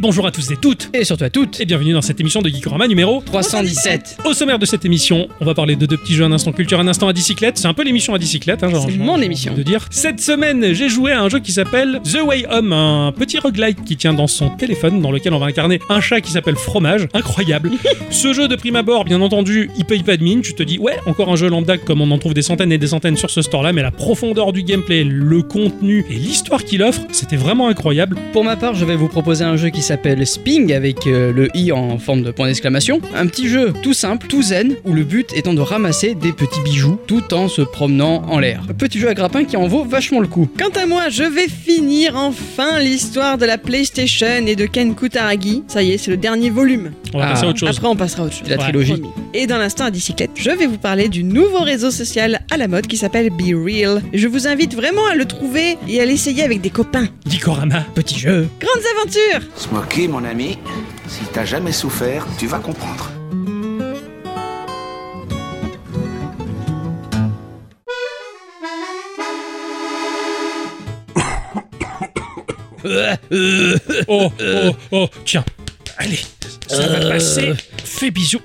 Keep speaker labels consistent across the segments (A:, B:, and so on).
A: bonjour à tous et toutes
B: Et surtout à toutes,
A: et bienvenue dans cette émission de Geekorama numéro
B: 317.
A: Au sommaire de cette émission, on va parler de deux petits jeux, un instant culture, un instant à bicyclette. C'est un peu l'émission à bicyclette, hein, genre-
B: C'est
A: genre-
B: mon
A: j'ai
B: émission.
A: envie De dire. Cette semaine, j'ai joué à un jeu qui s'appelle The Way Home, un petit roguelike qui tient dans son téléphone, dans lequel on va incarner un chat qui s'appelle Fromage. Incroyable. Ce jeu de prime abord, bien entendu, il paye pas de mine. Tu te dis, ouais, encore un jeu lambda comme on en trouve des centaines et des centaines sur ce store-là, mais la profondeur du gameplay, le contenu et l'histoire qu'il offre, c'était vraiment incroyable.
B: Pour ma part, je vais vous proposer un jeu qui s'appelle Sping avec euh, le i en forme de point d'exclamation. Un petit jeu tout simple, tout zen, où le but étant de ramasser des petits bijoux tout en se promenant en l'air. Un petit jeu à grappin qui en vaut vachement le coup.
C: Quant à moi, je vais finir enfin l'histoire de la PlayStation et de Ken Kutaragi. Ça y est, c'est le dernier volume.
A: On va
B: Ah.
A: passer à autre chose.
C: Après, on passera au dessus.
B: C'est la trilogie.
C: Et dans l'instant à bicyclette, je vais vous parler du nouveau réseau social à la mode qui s'appelle Be Real. Je vous invite vraiment à le trouver et à l'essayer avec des copains.
A: Dikorama.
B: Petit jeu.
C: Grandes aventures
D: Smoky, mon ami, si t'as jamais souffert, tu vas comprendre.
A: Oh, oh, oh, tiens. Allez, ça va passer. Fais bisous.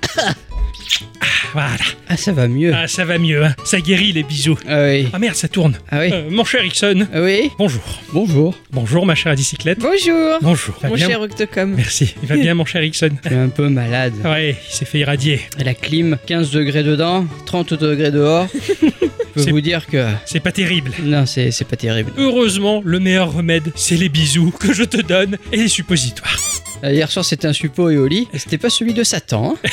A: Ah, voilà.
B: Ah, ça va mieux.
A: Ah, ça va mieux. hein. Ça guérit les bisous.
B: Ah oui.
A: Ah merde, ça tourne.
B: Ah oui.
A: Euh, mon cher Ixon,
B: Ah oui.
A: bonjour.
B: Bonjour.
A: Bonjour, ma chère bicyclette.
C: Bonjour
A: Bonjour. Il va
C: Mon
A: bien
C: cher Octocom.
A: Merci. Il va bien, mon cher Ixon.
B: Je suis un peu malade.
A: Ouais, il s'est fait irradier.
B: La clim, 15 degrés dedans, 30 degrés dehors. je
A: C'est-
B: peux vous dire que.
A: C'est pas terrible.
B: Non, c'est c'est pas terrible.
A: Heureusement, le meilleur remède, c'est les bisous que je te donne et les suppositoires.
B: Euh, Hier soir, c'était un suppôt et au lit. Et C'était pas celui de Satan. hein.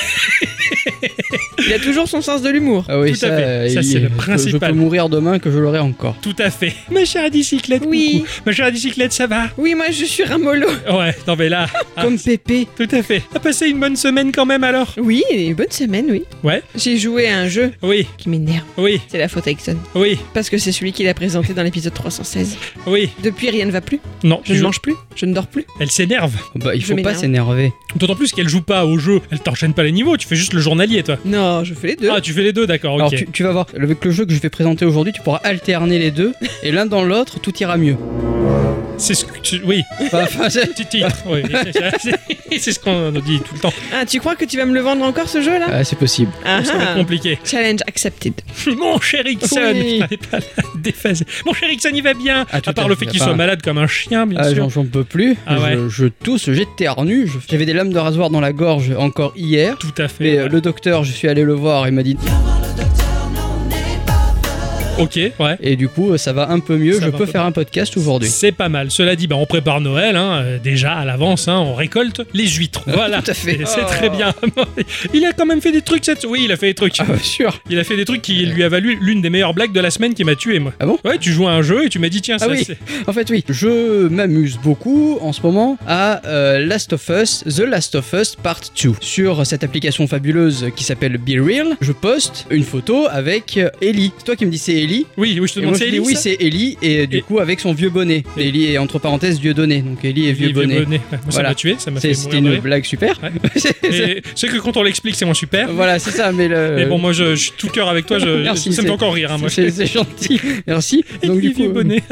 C: Il a toujours son sens de l'humour.
B: Ah oui,
A: Tout à
B: ça,
A: fait.
B: euh,
A: Ça,
B: il-
A: c'est le
B: je peux- Je
A: principal.
B: peux mourir demain que je l'aurai encore.
A: Tout à fait. Ma chère bicyclette,
C: Oui.
A: coucou. Ma chère bicyclette, ça va
C: Oui, moi je suis Ramolo.
A: Ouais, non mais là, Ah.
B: Comme Pépé.
A: tout à fait. T'as passé une bonne semaine quand même alors
C: Oui, et bonne semaine, oui.
A: Ouais.
C: J'ai joué à un jeu
A: Oui,
C: qui m'énerve.
A: oui,
C: C'est la faute à Ixon.
A: oui,
C: Parce que c'est celui qu'il a présenté dans l'épisode 316.
A: oui.
C: Depuis, rien ne va plus.
A: Non,
C: Je
A: tu
C: ne
A: joues-
C: mange plus, je ne dors plus.
A: elle s'énerve.
B: Bah, il
C: Je
B: faut pas
C: m'énerve.
B: s'énerver.
A: D'autant plus qu'elle joue pas au jeu, elle t'enchaîne pas les niveaux, tu fais juste le journalier toi.
C: Non, je fais les deux.
A: Ah, tu fais les deux, d'accord,
B: Euh. Alors
A: ok.
B: tu, tu vas voir, avec le jeu que je vais présenter aujourd'hui, tu pourras alterner les deux et l'un dans l'autre, tout ira mieux.
A: C'est ce que tu... Oui,
B: Enfin, enfin, c'est-
A: tu titres, oui. C'est- C'est ce qu'on nous dit tout le temps.
C: Ah, tu crois que tu vas me le vendre encore ce jeu là
B: Ah, c'est possible.
C: Ah,
A: C'est
C: ah.
A: compliqué.
C: Challenge accepted.
A: Mon cher Ixon,
B: Oui.
A: fallait pas la déphaser. Mon cher Ixon, il va bien.
B: Ah, tout
A: à part
B: à
A: le
B: fait,
A: fait qu'il
B: enfin.
A: soit malade comme un chien, bien
B: Ah,
A: sûr.
B: j'en j'en peux plus.
A: Ah ouais.
B: je, je tousse, j'éternue. je- J'avais des lames de rasoir dans la gorge encore hier.
A: Tout à fait.
B: Mais euh, le docteur, je suis allé le voir, il m'a dit.
A: Ok, ouais.
B: Et du coup, euh, ça va un peu mieux,
A: Ça
B: je
A: va
B: peux
A: un peu
B: faire un podcast aujourd'hui.
A: C'est pas mal. Cela dit, bah, on prépare Noël, hein, euh, déjà à l'avance, hein, on récolte les huîtres. Voilà.
B: tout à fait.
A: Et C'est
B: Oh.
A: très bien. il a quand même fait des trucs cette. Oui, il a fait des trucs.
B: Ah, bah, sûr.
A: Il a fait des trucs qui lui a valu l'une des meilleures blagues de la semaine qui m'a tué, moi.
B: Ah bon
A: Ouais, tu joues à un jeu et tu m'as dit, tiens,
B: Ah
A: ça,
B: oui.
A: c'est-
B: En fait, oui, je m'amuse beaucoup en ce moment à euh, Last of Us, The Last of Us Part 2. Sur cette application fabuleuse qui s'appelle Be Real, je poste une photo avec euh, Ellie. C'est toi qui me dis c'est Ellie
A: Oui, oui, je te
B: Et
A: demande,
B: moi, je
A: c'est
B: dis
A: Ellie,
B: oui,
A: ça
B: c'est Ellie, et du
A: Et-
B: coup avec son vieux bonnet.
A: Et-
B: Ellie est entre parenthèses vieux donné, donc Ellie est
A: Vieux
B: vieux bonnet.
A: bonnet. Ouais, moi, ça
B: Voilà.
A: m'a tué, ça m'a
B: C'est-
A: fait
B: C'était
A: mourir de
B: une
A: rire.
B: blague super.
A: Ouais.
B: C'est- c'est-
A: Et C'est que quand on l'explique, c'est moins super.
B: Voilà, c'est ça, mais le.
A: Mais bon, moi, je, je suis tout cœur avec toi. Je,
B: Euh, Merci,
A: ça me fait
B: c'est-
A: encore rire. hein, moi.
B: c'est c'est gentil, merci. Donc
A: Ellie,
B: du coup, euh,
A: vieux bonnet.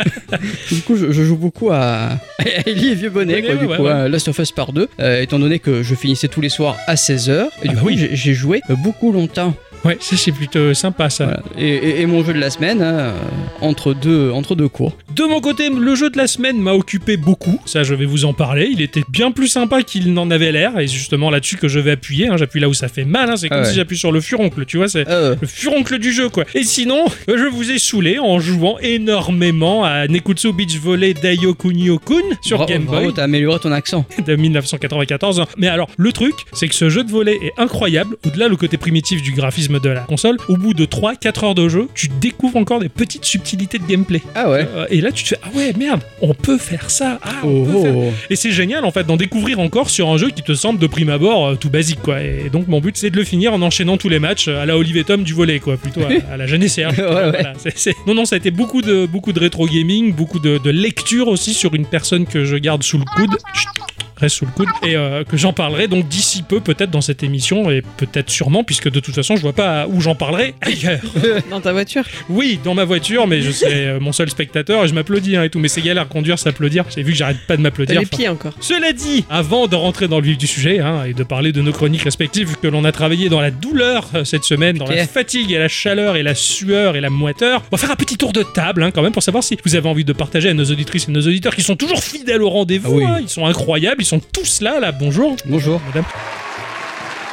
B: Du coup, je, je joue beaucoup à à Ellie et Vieux Bonnet,
A: Bonnet,
B: quoi, du
A: ouais,
B: coup,
A: ouais.
B: à Last of Us Part 2, euh, étant donné que je finissais tous les soirs à 16h, et
A: Ah
B: du
A: bah
B: coup,
A: oui.
B: j'ai- j'ai joué euh, beaucoup longtemps.
A: Ouais, ça c'est plutôt sympa ça.
B: Voilà. Et, et- et mon jeu de la semaine, hein, euh, entre, deux, entre deux cours.
A: De mon côté, le jeu de la semaine m'a occupé beaucoup. Ça, je vais vous en parler. Il était bien plus sympa qu'il n'en avait l'air. Et c'est justement là-dessus que je vais appuyer. hein. J'appuie là où ça fait mal. hein. C'est comme
B: Ah ouais.
A: si j'appuie sur le furoncle, tu vois. C'est
B: Euh,
A: le furoncle du jeu, quoi. Et sinon, euh, je vous ai saoulé en jouant énormément à Nekutsu Beach Volley Daio Kunio Kun sur
B: bra-
A: Game Boy
B: bravo, t'as amélioré ton accent.
A: de 1994. Mais alors, le truc, c'est que ce jeu de volet est incroyable, au-delà le côté primitif du graphisme de la console. Au bout de 3-4 heures de jeu, tu découvres encore des petites subtilités de gameplay.
B: Ah ouais
A: Euh, et là, tu te fais Ah ouais, merde, on peut faire ça. Ah, on
B: Oh,
A: peut
B: oh,
A: faire-
B: oh.
A: Et c'est génial en fait d'en découvrir encore sur un jeu qui te semble de prime abord euh, tout basique quoi. Et donc mon but c'est de le finir en enchaînant tous les matchs euh, à la Olivier Tom du volet quoi, plutôt à, à la Jeanne et Serge.
B: Oh, Ouais,
A: Voilà,
B: ouais.
A: voilà, c'est- c'est- Non non ça a été beaucoup de beaucoup de rétro gaming, beaucoup de, de lecture aussi sur une personne que je garde sous le coude. Chut. reste sous le coude et euh, que j'en parlerai donc d'ici peu peut-être dans cette émission et peut-être sûrement puisque de toute façon je vois pas où j'en parlerai ailleurs.
C: Dans ta voiture.
A: Oui, dans ma voiture, mais je serai euh, mon seul spectateur et je m'applaudis hein, et tout. Mais c'est galère conduire, s'applaudir. J'ai vu que j'arrête pas de
C: T'as
A: m'applaudir.
C: les
A: Enfin,
C: pieds encore.
A: cela dit, avant de rentrer dans le vif du sujet hein, et de parler de nos chroniques respectives que l'on a travaillé dans la douleur euh, cette semaine, dans la
B: Ok.
A: fatigue et la chaleur et la sueur et la moiteur, on va faire un petit tour de table hein, quand même pour savoir si vous avez envie de partager à nos auditrices et nos auditeurs qui sont toujours fidèles au rendez-vous.
B: Ah oui.
A: hein. ils sont incroyables, ils sont tous là, là. Bonjour,
B: Bonjour.
A: madame.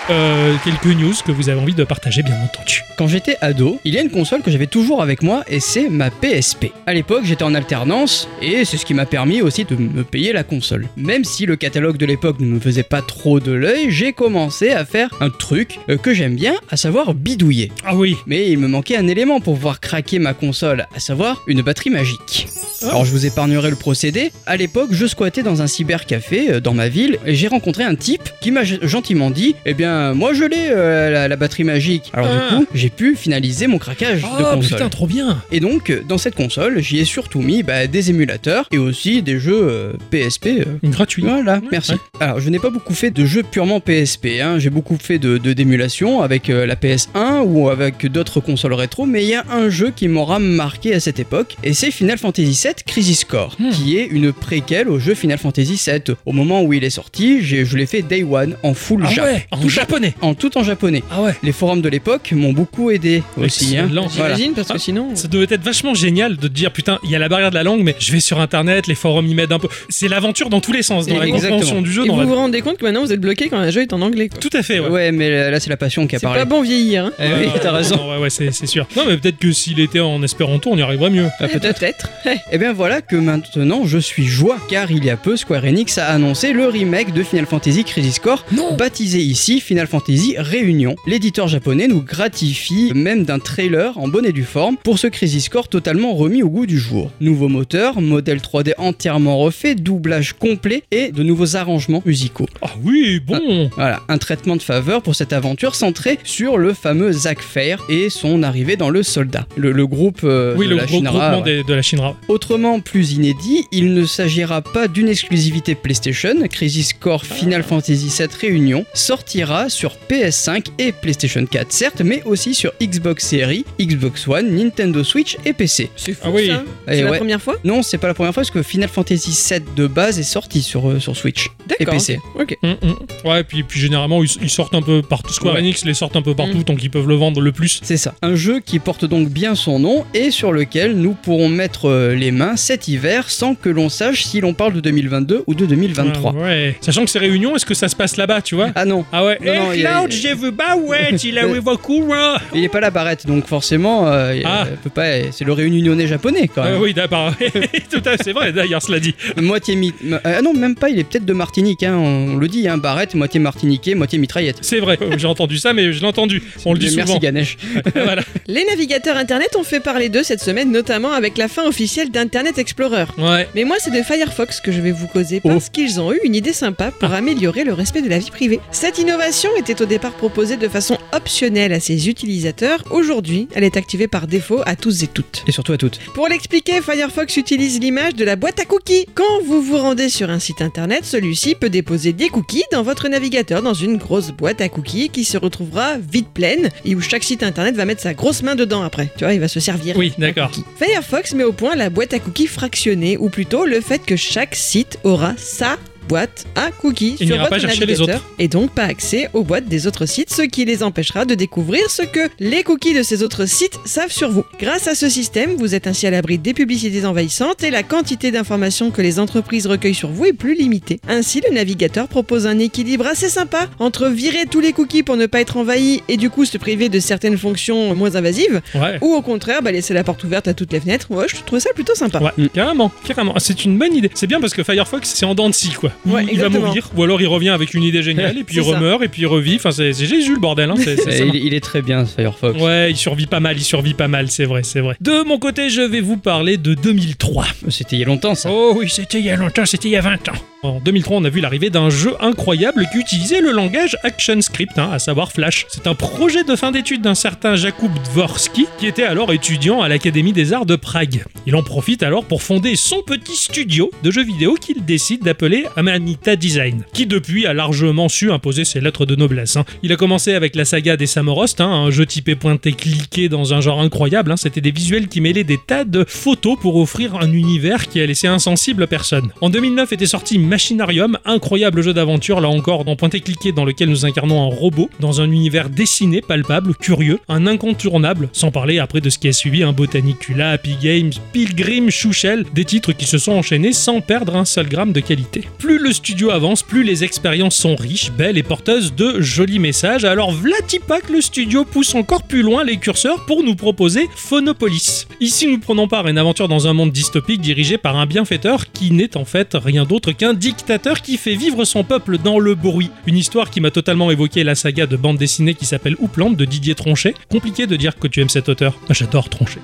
A: Euh, quelques news que vous avez envie de partager, bien entendu.
B: Quand j'étais ado, il y a une console que j'avais toujours avec moi et c'est ma PSP. À l'époque, j'étais en alternance et c'est ce qui m'a permis aussi de me payer la console. Même si le catalogue de l'époque ne me faisait pas trop de l'œil, j'ai commencé à faire un truc euh, que j'aime bien, à savoir bidouiller.
A: Ah oui,
B: Mais il me manquait un élément pour pouvoir craquer ma console, à savoir une batterie magique. Alors je vous épargnerai le procédé. À l'époque, je squattais dans un cybercafé euh, dans ma ville et j'ai rencontré un type qui m'a ge- gentiment dit "Eh bien, moi je l'ai euh, la, la batterie magique." Alors
A: Ah.
B: du coup, j'ai pu finaliser mon craquage de
A: Oh
B: console.
A: putain, trop bien
B: Et donc, euh, dans cette console, j'y ai surtout mis bah, des émulateurs et aussi des jeux euh, PSP euh,
A: Gratuit.
B: voilà,
A: Ouais,
B: merci.
A: ouais.
B: Alors, je n'ai pas beaucoup fait de jeux purement PSP. hein. J'ai beaucoup fait de de- d'émulation avec euh, la PS1 ou avec d'autres consoles rétro, mais il y a un jeu qui m'aura marqué à cette époque, et c'est Final Fantasy VII Crisis Core,
A: Hmm.
B: qui est une préquelle au jeu Final Fantasy VII. Au moment où il est sorti, j'ai- je l'ai fait Day One en full
A: Ah
B: Jap,
A: ouais, en japonais.
B: en tout en japonais.
A: Ah ouais.
B: Les forums de l'époque m'ont beaucoup aidé aussi. hein.
A: Excellent.
B: Voilà.
C: J'imagine, parce que sinon. euh,
A: Ça devait être vachement génial de te dire putain, il y a la barrière de la langue, mais je vais sur internet, les forums y m'aident un peu. C'est l'aventure dans tous les sens, dans la
B: Exactement.
A: compréhension du jeu,
C: Et
A: dans
C: vous
A: la...
C: vous rendez compte que maintenant vous êtes bloqué quand un jeu est en anglais. quoi.
A: Tout à fait, ouais.
B: hein. Ouais, mais là, c'est la passion qui a
C: C'est
B: parlé.
C: pas bon vieillir. hein.
B: Eh oui,
A: Ouais,
B: t'as
A: ouais,
B: raison.
A: non, ouais, ouais, c'est c'est sûr. Non, mais peut-être que s'il était en espéranto, on y arriverait mieux.
B: Ah, peut-être.
C: Peut-être.
B: Et Eh bien voilà que maintenant je suis joie, car il y a peu Square Enix a annoncé le remake de Final Fantasy Crisis Core,
A: Non
B: baptisé ici Final Fantasy Réunion. L'éditeur japonais nous gratifie même d'un trailer en bonne et due forme pour ce Crisis Core totalement remis au goût du jour. Nouveau moteur, modèle 3D entièrement refait, doublage complet et de nouveaux arrangements musicaux.
A: Ah oui, bon
B: Voilà, un traitement de faveur pour cette aventure centrée sur le fameux Zack Fair et son arrivée dans le soldat. Le, le groupe euh,
A: Oui,
B: de
A: le
B: la
A: gros
B: Shinra,
A: groupement
B: ouais.
A: des- de la Shinra.
B: Autrement plus inédit, il ne s'agira pas d'une exclusivité PlayStation, Crisis Core
C: Ah.
B: Final Fantasy VII Réunion sortira sur PS5 et PlayStation 4 certes, mais aussi sur Xbox Series, Xbox One, Nintendo Switch et PC.
C: C'est fou.
A: Ah oui.
C: ça.
B: Et
C: C'est la
B: Eh ouais.
C: première fois
B: Non, c'est pas la première fois parce que Final Fantasy VII de base est sorti sur, euh, sur Switch et
C: D'accord.
B: PC.
C: Ok.
A: Hum, hum. Ouais, puis, puis généralement, ils, ils sortent un peu partout. Square
B: Ouais. Mm.
A: Enix les sortent un peu partout, donc ils peuvent le vendre le plus.
B: C'est ça. Un jeu qui porte donc bien son nom et sur lequel nous pourrons mettre euh, les mains cet hiver sans que l'on sache si l'on parle de 2022 ou de 2023.
A: Ah ouais. Sachant que c'est réunion, est-ce que ça se passe là-bas, tu vois
B: Ah non,
A: Ah ouais.
B: Non, non,
A: Eh,
B: il y a-
A: Cloud, j'ai vu, bah ouais, il a eu beaucoup, ouais.
B: Il est pas là Barrett, donc forcément, euh, il-
A: Ah.
B: euh, peut pas. C'est le réunionnais japonais quand
A: Euh,
B: même.
A: oui, d'abord. Tout à fait, c'est vrai, d'ailleurs, cela dit.
B: Moitié mi. ma- euh, Ah non, même pas. Il est peut-être de Martinique. Hein, on le dit, hein, Barrett, moitié martiniquais, moitié mitraillette.
A: C'est vrai, Euh, j'ai entendu ça, mais je l'ai entendu. On le dit
B: Merci
A: souvent.
B: Ganesh.
A: Voilà.
C: Les navigateurs internet ont fait parler d'eux cette semaine, notamment avec la fin officielle d'Internet Explorer.
A: Ouais.
C: Mais moi, c'est de Firefox que je vais vous causer parce qu'ils ont eu une idée sympa pour améliorer le respect de la vie privée. Cette innovation était au départ proposée de façon optionnelle à ses utilisateurs. Aujourd'hui, elle est activée par défaut à tous et toutes.
B: Et surtout à toutes.
C: Pour l'expliquer, Firefox utilise l'image de la boîte à cookies. Quand vous vous rendez sur un site internet, celui-ci peut déposer des cookies dans votre navigateur dans une grosse boîte à cookies qui se retrouvera vite pleine et où chaque site internet va mettre sa grosse main dedans après. Tu vois, il va se servir.
A: Oui, d'accord.
C: Firefox met au point la boîte à cookies fractionnée, ou plutôt le fait que chaque site aura sa boîte à cookies
A: Il
C: sur
A: n'ira
C: votre
A: pas chercher les
C: navigateur et donc pas accès aux boîtes des autres sites, ce qui les empêchera de découvrir ce que les cookies de ces autres sites savent sur vous. Grâce à ce système, vous êtes ainsi à l'abri des publicités envahissantes et la quantité d'informations que les entreprises recueillent sur vous est plus limitée. Ainsi, le navigateur propose un équilibre assez sympa entre virer tous les cookies pour ne pas être envahi et du coup se priver de certaines fonctions moins invasives
A: Ouais.
C: ou au contraire, bah, laisser la porte ouverte à toutes les fenêtres. Ouais, je trouvais ça plutôt sympa.
A: Ouais, carrément, carrément. Ah, C'est une bonne idée. C'est bien parce que Firefox, c'est en dents de scie, quoi. Ou
C: Ouais,
A: il va
C: exactement.
A: mourir, ou alors il revient avec une idée géniale, et puis il
C: C'est ça.
A: remeurt, et puis il revit. Enfin, c'est c'est Jésus le bordel, hein. C'est- c'est ça.
B: Euh, il, il est très bien ce Firefox.
A: Ouais, il survit pas mal, il survit pas mal, c'est vrai, c'est vrai. De mon côté, je vais vous parler de 2003.
B: C'était il y a longtemps ça.
A: Oh oui, c'était il y a longtemps, c'était il y a 20 ans. En 2003, on a vu l'arrivée d'un jeu incroyable qui utilisait le langage ActionScript, hein, à savoir Flash. C'est un projet de fin d'études d'un certain Jakub Dvorski, qui était alors étudiant à l'Académie des Arts de Prague. Il en profite alors pour fonder son petit studio de jeux vidéo qu'il décide d'appeler Amanita Design, qui depuis a largement su imposer ses lettres de noblesse. hein. Il a commencé avec la saga des Samorost, hein, un jeu typé pointé cliqué dans un genre incroyable. hein. C'était des visuels qui mêlaient des tas de photos pour offrir un univers qui a laissé insensible personne. En 2009 était sorti Machinarium, incroyable jeu d'aventure, là encore dans pointé cliqué dans lequel nous incarnons un robot dans un univers dessiné, palpable, curieux, un incontournable, sans parler après de ce qui a suivi un Botanicula, Happy Games, Pilgrim, Chouchel, des titres qui se sont enchaînés sans perdre un seul gramme de qualité. Plus le studio avance, plus les expériences sont riches, belles et porteuses de jolis messages, alors Vlatipak le studio pousse encore plus loin les curseurs pour nous proposer Phonopolis. Ici nous prenons part à une aventure dans un monde dystopique dirigé par un bienfaiteur qui n'est en fait rien d'autre qu'un dictateur qui fait vivre son peuple dans le bruit. Une histoire qui m'a totalement évoqué la saga de bande dessinée qui s'appelle Oupland de Didier Tronchet. Compliqué de dire que tu aimes cet auteur. J'adore Tronchet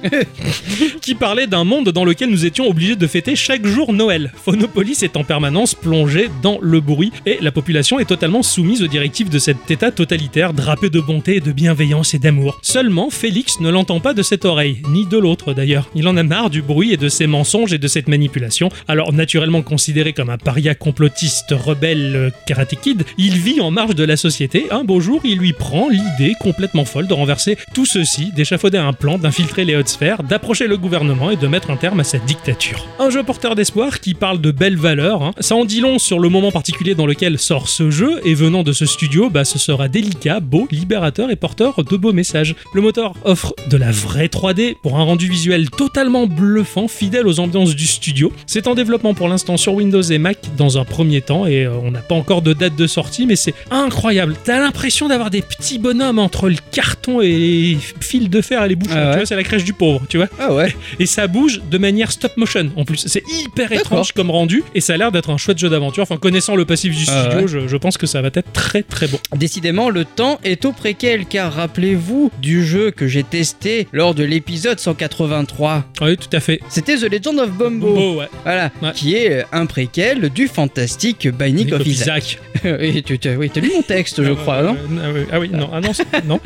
A: qui parlait d'un monde dans lequel nous étions obligés de fêter chaque jour Noël. Phonopolis est en permanence plongée dans le bruit et la population est totalement soumise aux directives de cet état totalitaire drapé de bonté, de bienveillance et d'amour. Seulement, Félix ne l'entend pas de cette oreille, ni de l'autre d'ailleurs. Il en a marre du bruit et de ses mensonges et de cette manipulation. Alors, naturellement considéré comme un paria complotiste, rebelle, euh, karaté kid, il vit en marge de la société. Un beau jour, il lui prend l'idée complètement folle de renverser tout ceci, d'échafauder un plan, d'infiltrer les hautes sphères, d'approcher le gouvernement et de mettre un terme à sa dictature. Un jeu porteur d'espoir qui parle de belles valeurs. hein. Ça en dit long sur le moment particulier dans lequel sort ce jeu, et venant de ce studio, bah, ce sera délicat, beau, libérateur et porteur de beaux messages. Le moteur offre de la vraie 3D pour un rendu visuel totalement bluffant, fidèle aux ambiances du studio. C'est en développement pour l'instant sur Windows et Mac dans un premier temps et euh, on n'a pas encore de date de sortie, mais c'est incroyable. T'as l'impression d'avoir des petits bonhommes entre le carton et les fils de fer et les bouchons.
B: Ah ouais.
A: Tu vois, c'est la crèche du pauvre, tu vois.
B: Ah ouais.
A: Et ça bouge de manière stop motion en plus. C'est hyper étrange comme rendu et ça a l'air d'être un chouette jeu d'aventure. Enfin, connaissant le passif du
B: Ah
A: studio,
B: ouais.
A: je, je pense que ça va être très très bon.
B: Décidément, le temps est au préquel, car rappelez-vous du jeu que j'ai testé lors de l'épisode 183.
A: Ah Oui, tout à fait.
B: C'était The Legend of Bombo.
A: Beau, ouais.
B: Voilà,
A: Ouais.
B: qui est euh, un préquel du fantastique Binding of Isaac. oui, tu t'as oui, t'as lu mon texte, je
A: Ah,
B: crois,
A: euh,
B: non
A: Ah oui, ah oui, non, ah non, c'est- non.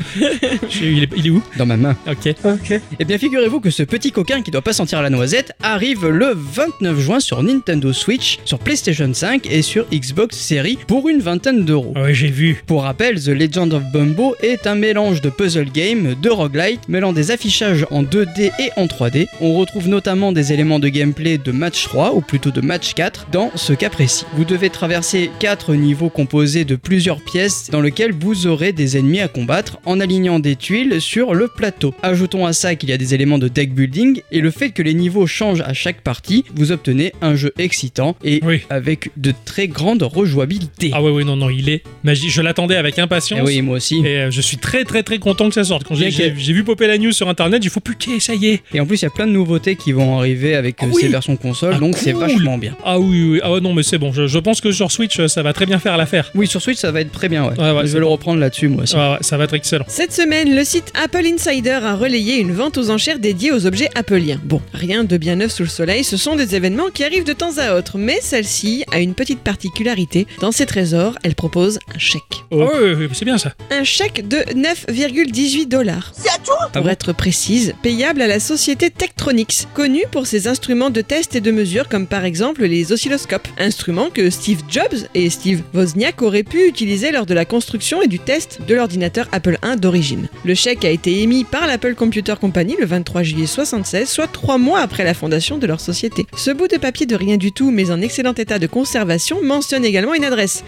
A: Je- il, est, il est où
B: Dans ma main.
A: Ok.
B: Eh bien, figurez-vous que ce petit coquin qui doit pas sentir la noisette arrive le 29 juin sur Nintendo Switch, sur PlayStation 5 et sur Xbox Series pour une vingtaine d'euros.
A: Ah ouais, j'ai vu.
B: Pour rappel, The Legend of Bumbo est un mélange de puzzle game, de roguelite, mêlant des affichages en 2D et en 3D. On retrouve notamment des éléments de gameplay de match 3 ou plutôt de match 4 dans ce cas précis. Vous devez traverser 4 niveaux composés de plusieurs pièces dans lesquelles vous aurez des ennemis à combattre en alignant des tuiles sur le plateau. Ajoutons à ça qu'il y a des éléments de deck building et le fait que les niveaux changent à chaque partie, vous obtenez un jeu excitant et
A: Oui.
B: avec de très grandes rejouabilités.
A: Ah ouais, ouais, non, non, il est magique. Je l'attendais avec impatience.
B: Eh oui, moi aussi.
A: Et euh, je suis très très très content que ça sorte. Quand j'ai
B: Bien
A: j'ai- j'ai vu popper la news sur internet, j'ai fait putain, ça y est.
B: Et en plus, il y a plein de nouveautés qui vont arriver avec euh,
A: Ah oui
B: ces versions console,
A: Ah,
B: donc c'est
A: cool
B: vachement bien.
A: Ah oui, oui, ah ouais, non, mais c'est bon. Je, je pense que sur Switch, euh, ça va très bien faire l'affaire.
B: Oui, sur Switch, ça va être très bien, ouais.
A: Ouais, ouais,
B: je
A: c'est
B: vais le reprendre là-dessus, moi aussi.
A: Ah ouais, ça va être excellent.
C: Cette semaine, le site Apple Insider a relayé une vente aux enchères dédiée aux objets appeliens. Bon, rien de bien neuf sous le soleil, ce sont des événements qui arrivent de temps à autre, mais celle-ci a une petite particularité. Dans ses trésors, elle propose un chèque.
B: Oh.
A: Ah ouais, ouais, ouais, c'est bien ça.
C: Un chèque de 9,18 dollars.
B: Ah
C: Pour
B: bon
C: être précise, payable à la société Tektronix, connue pour ses instruments de test et de mesure comme par exemple les oscilloscopes, instruments que Steve Jobs et Steve Wozniak auraient pu utiliser lors de la construction et du test de l'ordinateur Apple I d'origine. Le chèque a été émis par l'Apple Computer Company le 23 juillet 76, soit trois mois après la fondation de leur société. Ce bout de papier de rien du tout, mais en excellent état de conservation, mentionne également une adresse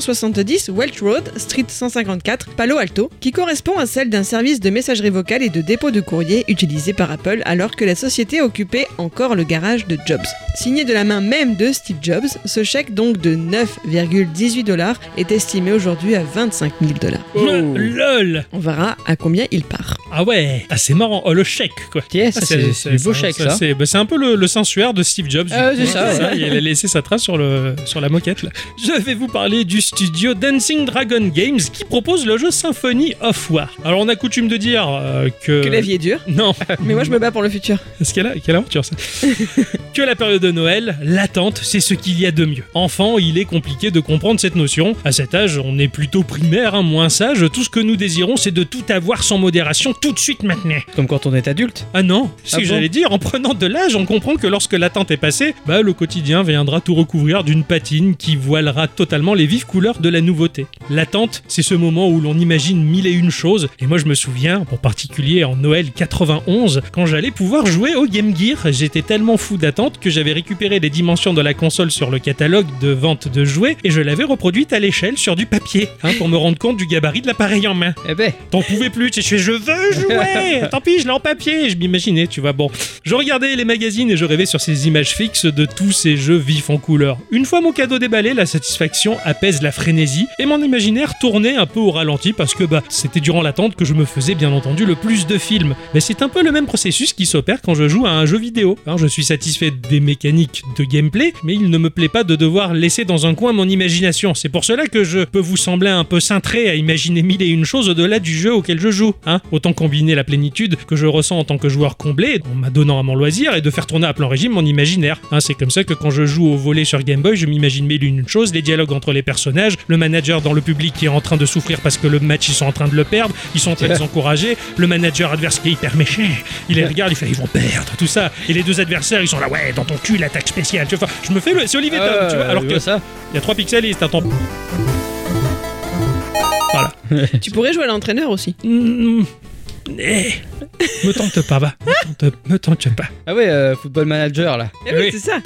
C: 770 Welch Road, Street 154, Palo Alto, qui correspond à celle d'un service de messagerie vocale et de dépôt de courrier utilisé par Apple alors que la société occupait encore le garage de Jobs. Signé de la main même de Steve Jobs, ce chèque donc de 9,18 dollars est estimé aujourd'hui à 25 000 dollars.
A: Oh, lol.
C: On verra à combien il part.
A: Ah ouais, ah, c'est marrant. Oh, le chèque, quoi.
B: Tiens,
A: Ah,
B: Eh, ça, c'est c'est du beau chèque, ça.
A: C'est bah, c'est un peu le, le sensuaire de Steve Jobs.
B: Euh,
A: du coup. hein,
B: c'est ça, ouais.
A: Il a laissé sa trace sur, le, sur la moquette. là. Je vais vous parler du studio Dancing Dragon Games qui propose le jeu Symphony of War. Alors, on a coutume de dire euh, que.
C: Que la vie est dure.
A: Non,
C: Mais moi, je me bats pour le futur.
A: parce qu'elle a, quelle aventure ça. que la période de Noël, l'attente, c'est ce qu'il y a de mieux. Enfant, il est compliqué de comprendre cette notion. À cet âge, on est plutôt primaire, hein, moins sage. Tout ce que nous désirons, c'est de tout avoir sans modération tout de suite maintenant.
B: Comme quand on est adulte.
A: Ah non, c'est ce
B: Ah
A: que
B: bon
A: j'allais dire. En prenant de l'âge, on comprend que lorsque l'attente est passée, bah, le quotidien viendra tout recouvrir d'une patine qui voilera totalement les vives couleurs de la nouveauté. L'attente, c'est ce moment où l'on imagine mille et une choses. Et moi, je me souviens, en particulier en Noël 91, quand j'allais pouvoir jouer au Game Gear, j'étais tellement fou d'attente que j'avais récupéré les dimensions de la console sur le catalogue de vente de jouets et je l'avais reproduite à l'échelle sur du papier hein, pour me rendre compte du gabarit de l'appareil en main.
B: Eh ben,
A: T'en pouvais plus, tu sais, je fais, je veux jouer Tant pis, je l'ai en papier, je m'imaginais, tu vois, bon. Je regardais les magazines et je rêvais sur ces images fixes de tous ces jeux vifs en couleur. Une fois mon cadeau déballé, la satisfaction apaise la frénésie et mon imaginaire tournait un peu au ralenti parce que bah, c'était durant l'attente que je me faisais bien entendu le plus de films. Mais c'est un peu le même processus qui s'opère quand je joue à un jeu vidéo. hein. je suis satisfait des mécaniques de gameplay, mais il ne me plaît pas de devoir laisser dans un coin mon imagination. C'est pour cela que je peux vous sembler un peu cintré à imaginer mille et une choses au-delà du jeu auquel je joue. hein. Autant combiner la plénitude que je ressens en tant que joueur comblé, en m'adonnant à mon loisir, et de faire tourner à plein régime mon imaginaire. hein. C'est comme ça que quand je joue au volet sur Game Boy, je m'imagine mille et une choses, les dialogues entre les personnages, le manager dans le public qui est en train de souffrir parce que le match, ils sont en train de le perdre, ils sont en train de les encourager, le manager adverse qui est hyper méchant, il les regarde, il fait ils vont perdre, tout ça. Et les deux adversaires, ils sont là, ouais, dans ton cul, l'attaque spéciale. Tu vois, Enfin, je me fais le. C'est Olivier Tom,
B: euh,
A: tu vois, alors
B: je
A: que
B: vois ça.
A: il y a 3 pixels et c'est un temps. Voilà.
C: Tu pourrais jouer à l'entraîneur aussi.
A: Mm, eh, me tente pas, va. Me tente, me tente pas.
B: Ah ouais, euh, football manager là.
C: Eh oui,
A: Oui.
C: c'est ça.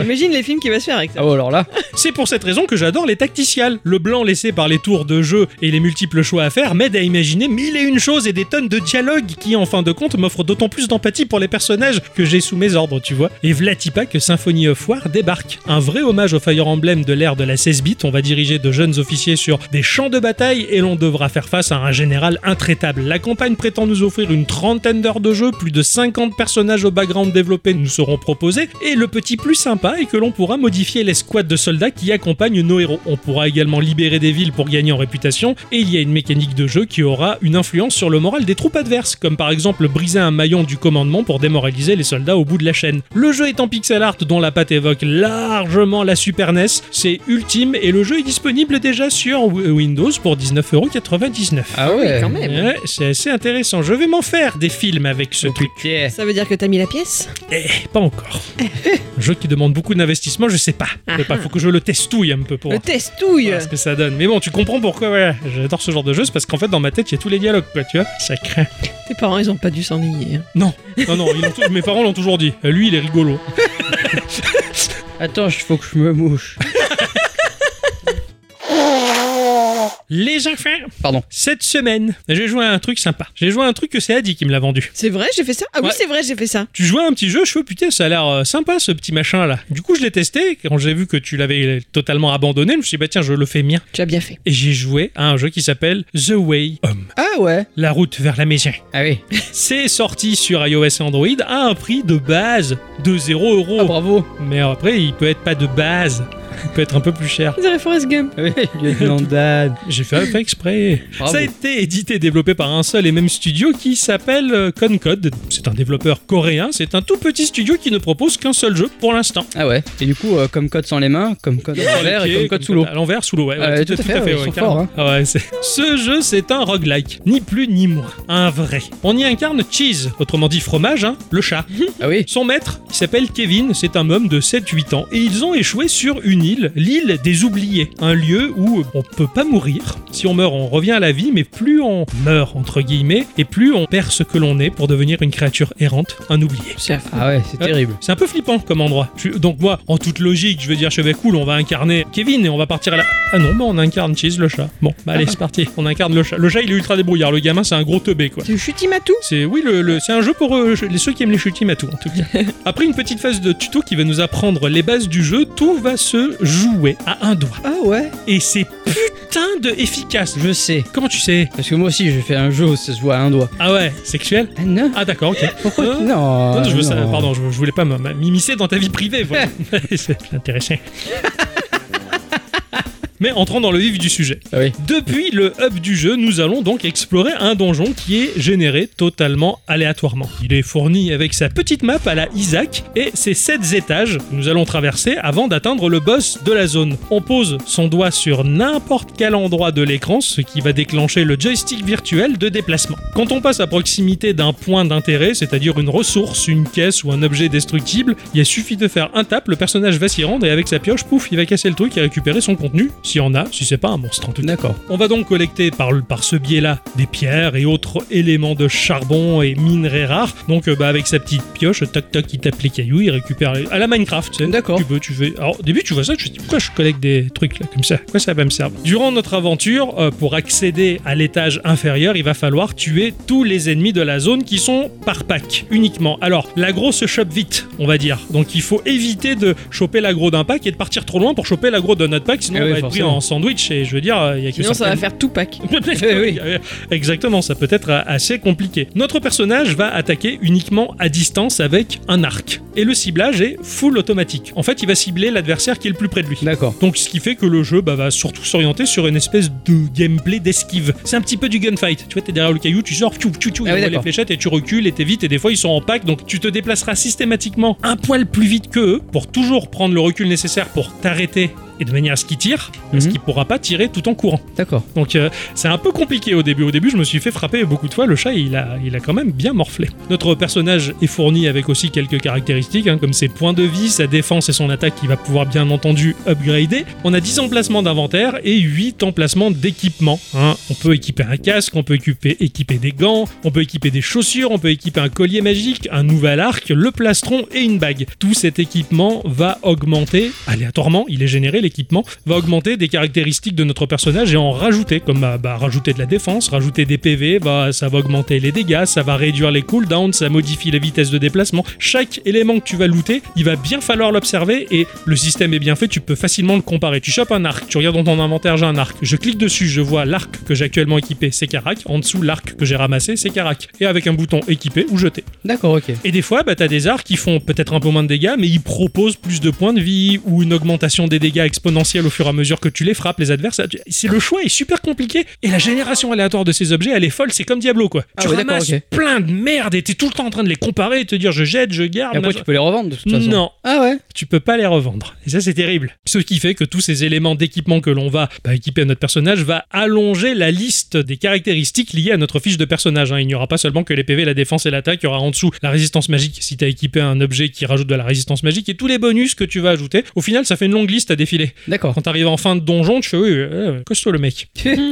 C: Imagine les films qu'il va se faire avec ça.
B: Ah ouais, alors là.
A: C'est pour cette raison que j'adore les tacticiales. Le blanc laissé par les tours de jeu et les multiples choix à faire m'aide à imaginer mille et une choses et des tonnes de dialogues qui, en fin de compte, m'offrent d'autant plus d'empathie pour les personnages que j'ai sous mes ordres, tu vois. Et Vlatipa que Symphony of War débarque. Un vrai hommage au Fire Emblem de l'ère de la 16 bits. On va diriger de jeunes officiers sur des champs de bataille et l'on devra faire face à un général intraitable. La campagne prétend nous offrir une trentaine d'heures de jeu, plus de 50 personnages au background développé nous seront proposés, et le petit plus sympa est que l'on pourra modifier l'escouade de soldats qui accompagnent nos héros. On pourra également libérer des villes pour gagner en réputation, et il y a une mécanique de jeu qui aura une influence sur le moral des troupes adverses, comme par exemple briser un maillon du commandement pour démoraliser les soldats au bout de la chaîne. Le jeu est en pixel art dont la patte évoque largement la Super NES, c'est ultime, et le jeu est disponible déjà sur Wi- Windows pour 19,99€.
B: Ah ouais.
C: quand même.
A: Ouais, c'est assez intéressant. Je vais m'en faire des films avec ce truc.
B: Tiens.
C: Ça veut dire que t'as mis la pièce
A: Eh, pas encore. Un jeu qui demande beaucoup d'investissement, je sais pas. Je sais pas, faut que je le testouille un peu pour
C: Le testouille
A: voir ce que ça donne. Mais bon, tu comprends pourquoi, ouais. J'adore ce genre de jeu, c'est parce qu'en fait, dans ma tête, il y a tous les dialogues, quoi, tu vois. Ça craint.
C: Tes parents, ils ont pas dû s'ennuyer. hein.
A: Non, non, non, ils l'ont tou- mes parents l'ont toujours dit. Euh, Lui, il est rigolo.
B: Attends, il faut que je me mouche.
A: Les enfants,
B: Pardon.
A: cette semaine, j'ai joué à un truc sympa. J'ai joué à un truc que c'est Adi qui me l'a vendu.
C: C'est vrai, j'ai fait ça Ah oui,
A: Ouais.
C: c'est vrai, j'ai fait ça.
A: Tu jouais à un petit jeu, je fais putain, ça a l'air euh, sympa ce petit machin là. Du coup, je l'ai testé. Quand j'ai vu que tu l'avais totalement abandonné, je me suis dit, bah tiens, je le fais mien.
C: Tu as bien fait.
A: Et j'ai joué à un jeu qui s'appelle The Way Home,
B: Ah ouais.
A: la route vers la maison.
B: Ah oui.
A: C'est sorti sur iOS et Android à un prix de base de 0
B: Ah
A: euros.
B: bravo.
A: Mais après, il peut être pas de base. Il peut être un peu plus cher.
C: Ils auraient Forrest Gump.
B: Ah oui, lieutenant Dan.
A: J'ai fait un fait exprès.
B: Bravo.
A: Ça a été édité et développé par un seul et même studio qui s'appelle euh, Concode. C'est un développeur coréen. C'est un tout petit studio qui ne propose qu'un seul jeu pour l'instant.
B: Ah ouais. Et du coup, euh, comme code sans les mains, comme code à l'envers et
A: Ok,
B: comme code sous l'eau.
A: À l'envers, sous l'eau, ouais. ouais,
B: Euh, tout à fait, ouais, ils sont
A: carrément.
B: forts, hein.
A: Ah ouais, c'est- Ce jeu, c'est un roguelike, ni plus ni moins. Un vrai. On y incarne Cheese, autrement dit fromage, hein, le chat.
B: Ah oui.
A: Son maître, il s'appelle Kevin, c'est un homme de 7-8 ans, et ils ont échoué sur une île, l'île des oubliés, un lieu où on peut pas mourir. Si on meurt, on revient à la vie, mais plus on meurt, entre guillemets, et plus on perd ce que l'on est pour devenir une créature errante, un oublié.
C: C'est affreux.
B: Ah ouais, c'est
A: Ah.
B: terrible.
A: C'est un peu flippant comme endroit. Je suis- donc moi, en toute logique, je vais dire, je vais cool, on va incarner Kevin et on va partir à la... Ah non, bah on incarne Cheese, le chat. Bon, bah allez, c'est parti, on incarne le chat. Le chat, il est ultra débrouillard, le gamin, c'est un gros teubé, quoi.
C: C'est le chutimatou
A: C'est oui, le, le- c'est un jeu pour euh, les- ceux qui aiment les shootings à tout en tout cas. Après une petite phase de tuto qui va nous apprendre les bases du jeu, tout va se jouer à un doigt.
C: Ah ouais
A: Et c'est putain de efficace.
B: Je sais.
A: Comment tu sais
B: Parce que moi aussi, j'ai fait un jeu, où ça se voit à un doigt.
A: Ah ouais, sexuel
B: Ah non
A: Ah d'accord, ok.
B: Pourquoi
A: Euh,
B: Non.
A: non, je veux ça-
B: non.
A: pardon, je, je voulais pas m- m'immiscer dans ta vie privée. Voilà. C'est intéressant. Mais entrons dans le vif du sujet.
B: Ah oui.
A: Depuis le hub du jeu, nous allons donc explorer un donjon qui est généré totalement aléatoirement. Il est fourni avec sa petite map à la Isaac et ses 7 étages que nous allons traverser avant d'atteindre le boss de la zone. On pose son doigt sur n'importe quel endroit de l'écran, ce qui va déclencher le joystick virtuel de déplacement. Quand on passe à proximité d'un point d'intérêt, c'est-à-dire une ressource, une caisse ou un objet destructible, il suffit de faire un tap, le personnage va s'y rendre et avec sa pioche, pouf, il va casser le truc et récupérer son contenu, s'il y en a, si c'est pas un monstre en tout cas.
B: D'accord.
A: On va donc collecter par, par ce biais-là des pierres et autres éléments de charbon et minerais rares. Donc euh, bah, avec sa petite pioche, toc toc, il tape les cailloux, il récupère les- à la Minecraft. tu sais.
B: D'accord.
A: Tu peux, tu fais. Alors au début tu vois ça, tu te dis pourquoi je collecte des trucs là comme ça, pourquoi ça va me servir Durant notre aventure, euh, pour accéder à l'étage inférieur, il va falloir tuer tous les ennemis de la zone qui sont par pack uniquement. Alors la grosse chope vite, on va dire. Donc il faut éviter de choper l'agro d'un pack et de partir trop loin pour choper l'agro d'un autre pack, sinon
B: Ah
A: on
B: oui,
A: va être pris
B: forcément.
A: en sandwich et je veux dire, euh, il y a que
C: Sinon, ça
A: certaines-
C: va faire tout pack.
A: oui. Exactement, ça peut être euh, assez compliqué. Notre personnage va attaquer uniquement à distance avec un arc. Et le ciblage est full automatique. En fait, il va cibler l'adversaire qui est le plus près de lui.
B: D'accord.
A: Donc ce qui fait que le jeu bah, va surtout s'orienter sur une espèce de gameplay d'esquive. C'est un petit peu du gunfight. Tu vois, t'es derrière le caillou, tu sors, tchou, tchou, tchou, il
B: Ah oui,
A: envoie les
B: d'accord.
A: fléchettes et tu recules et t'évites. Et des fois ils sont en pack, donc tu te déplaceras systématiquement un poil plus vite que eux pour toujours prendre le recul nécessaire pour t'arrêter et de manière à ce qu'ils tirent, parce
B: Mhm.
A: qu'il pourra pas tirer tout en courant.
B: D'accord.
A: Donc euh, c'est un peu compliqué au début. Au début, je me suis fait frapper beaucoup de fois. Le chat, il a, il a quand même bien morflé. Notre personnage est fourni avec aussi quelques caractéristiques, hein, comme ses points de vie, sa défense et son attaque qu'il va pouvoir bien entendu upgrader. On a 10 emplacements d'inventaire et 8 emplacements d'équipement. hein. On peut équiper un casque, on peut équiper, équiper des gants, on peut équiper des chaussures, on peut équiper un collier magique, un nouvel arc, le plastron et une bague. Tout cet équipement va augmenter aléatoirement, il est généré l'équipement, va augmenter des caractéristiques de notre personnage et en rajouter, comme bah, bah, rajouter de la défense, rajouter des PV, bah, ça va augmenter les dégâts, ça va réduire les cooldowns, ça modifie la vitesse de déplacement. Chaque élément que tu vas looter, il va bien falloir l'observer et le système est bien fait, tu peux facilement le comparer. Tu chopes un arc, tu regardes dans ton inventaire, j'ai un arc, je clique dessus, je vois l'arc que j'ai actuellement équipé, c'est Karak, en dessous l'arc que j'ai ramassé, c'est Karak, et avec un bouton équipé ou jeter.
B: D'accord, ok.
A: Et des fois, bah, t'as des arts qui font peut-être un peu moins de dégâts, mais ils proposent plus de points de vie ou une augmentation des dégâts exponentielle au fur et à mesure que tu les frappes, les adversaires. Tu- C'est le choix est super compliqué et la génération aléatoire de ces objets, elle est folle. C'est comme Diablo, quoi.
B: Ah
A: tu
B: ouais, d'accord,
A: ramasses
B: ok.
A: plein de merde et t'es tout le temps en train de les comparer et te dire je jette, je garde.
B: Et après,
A: machin.
B: tu peux les revendre de toute façon.
A: Non,
B: Ah ouais
A: tu peux pas les revendre. Et ça, c'est terrible. Ce qui fait que tous ces éléments d'équipement que l'on va bah, équiper à notre personnage va allonger la liste des caractéristiques liées à notre fiche de personnage. hein. Il n'y aura pas seulement que les PV, la défense et l'attaque, il y aura en dessous la résistance magique si tu as équipé un objet qui rajoute de la résistance magique et tous les bonus que tu vas ajouter. Au final, ça fait une longue liste à défiler.
B: D'accord.
A: Quand t'arrives en fin de donjon, tu fais oui, euh, costaud le mec.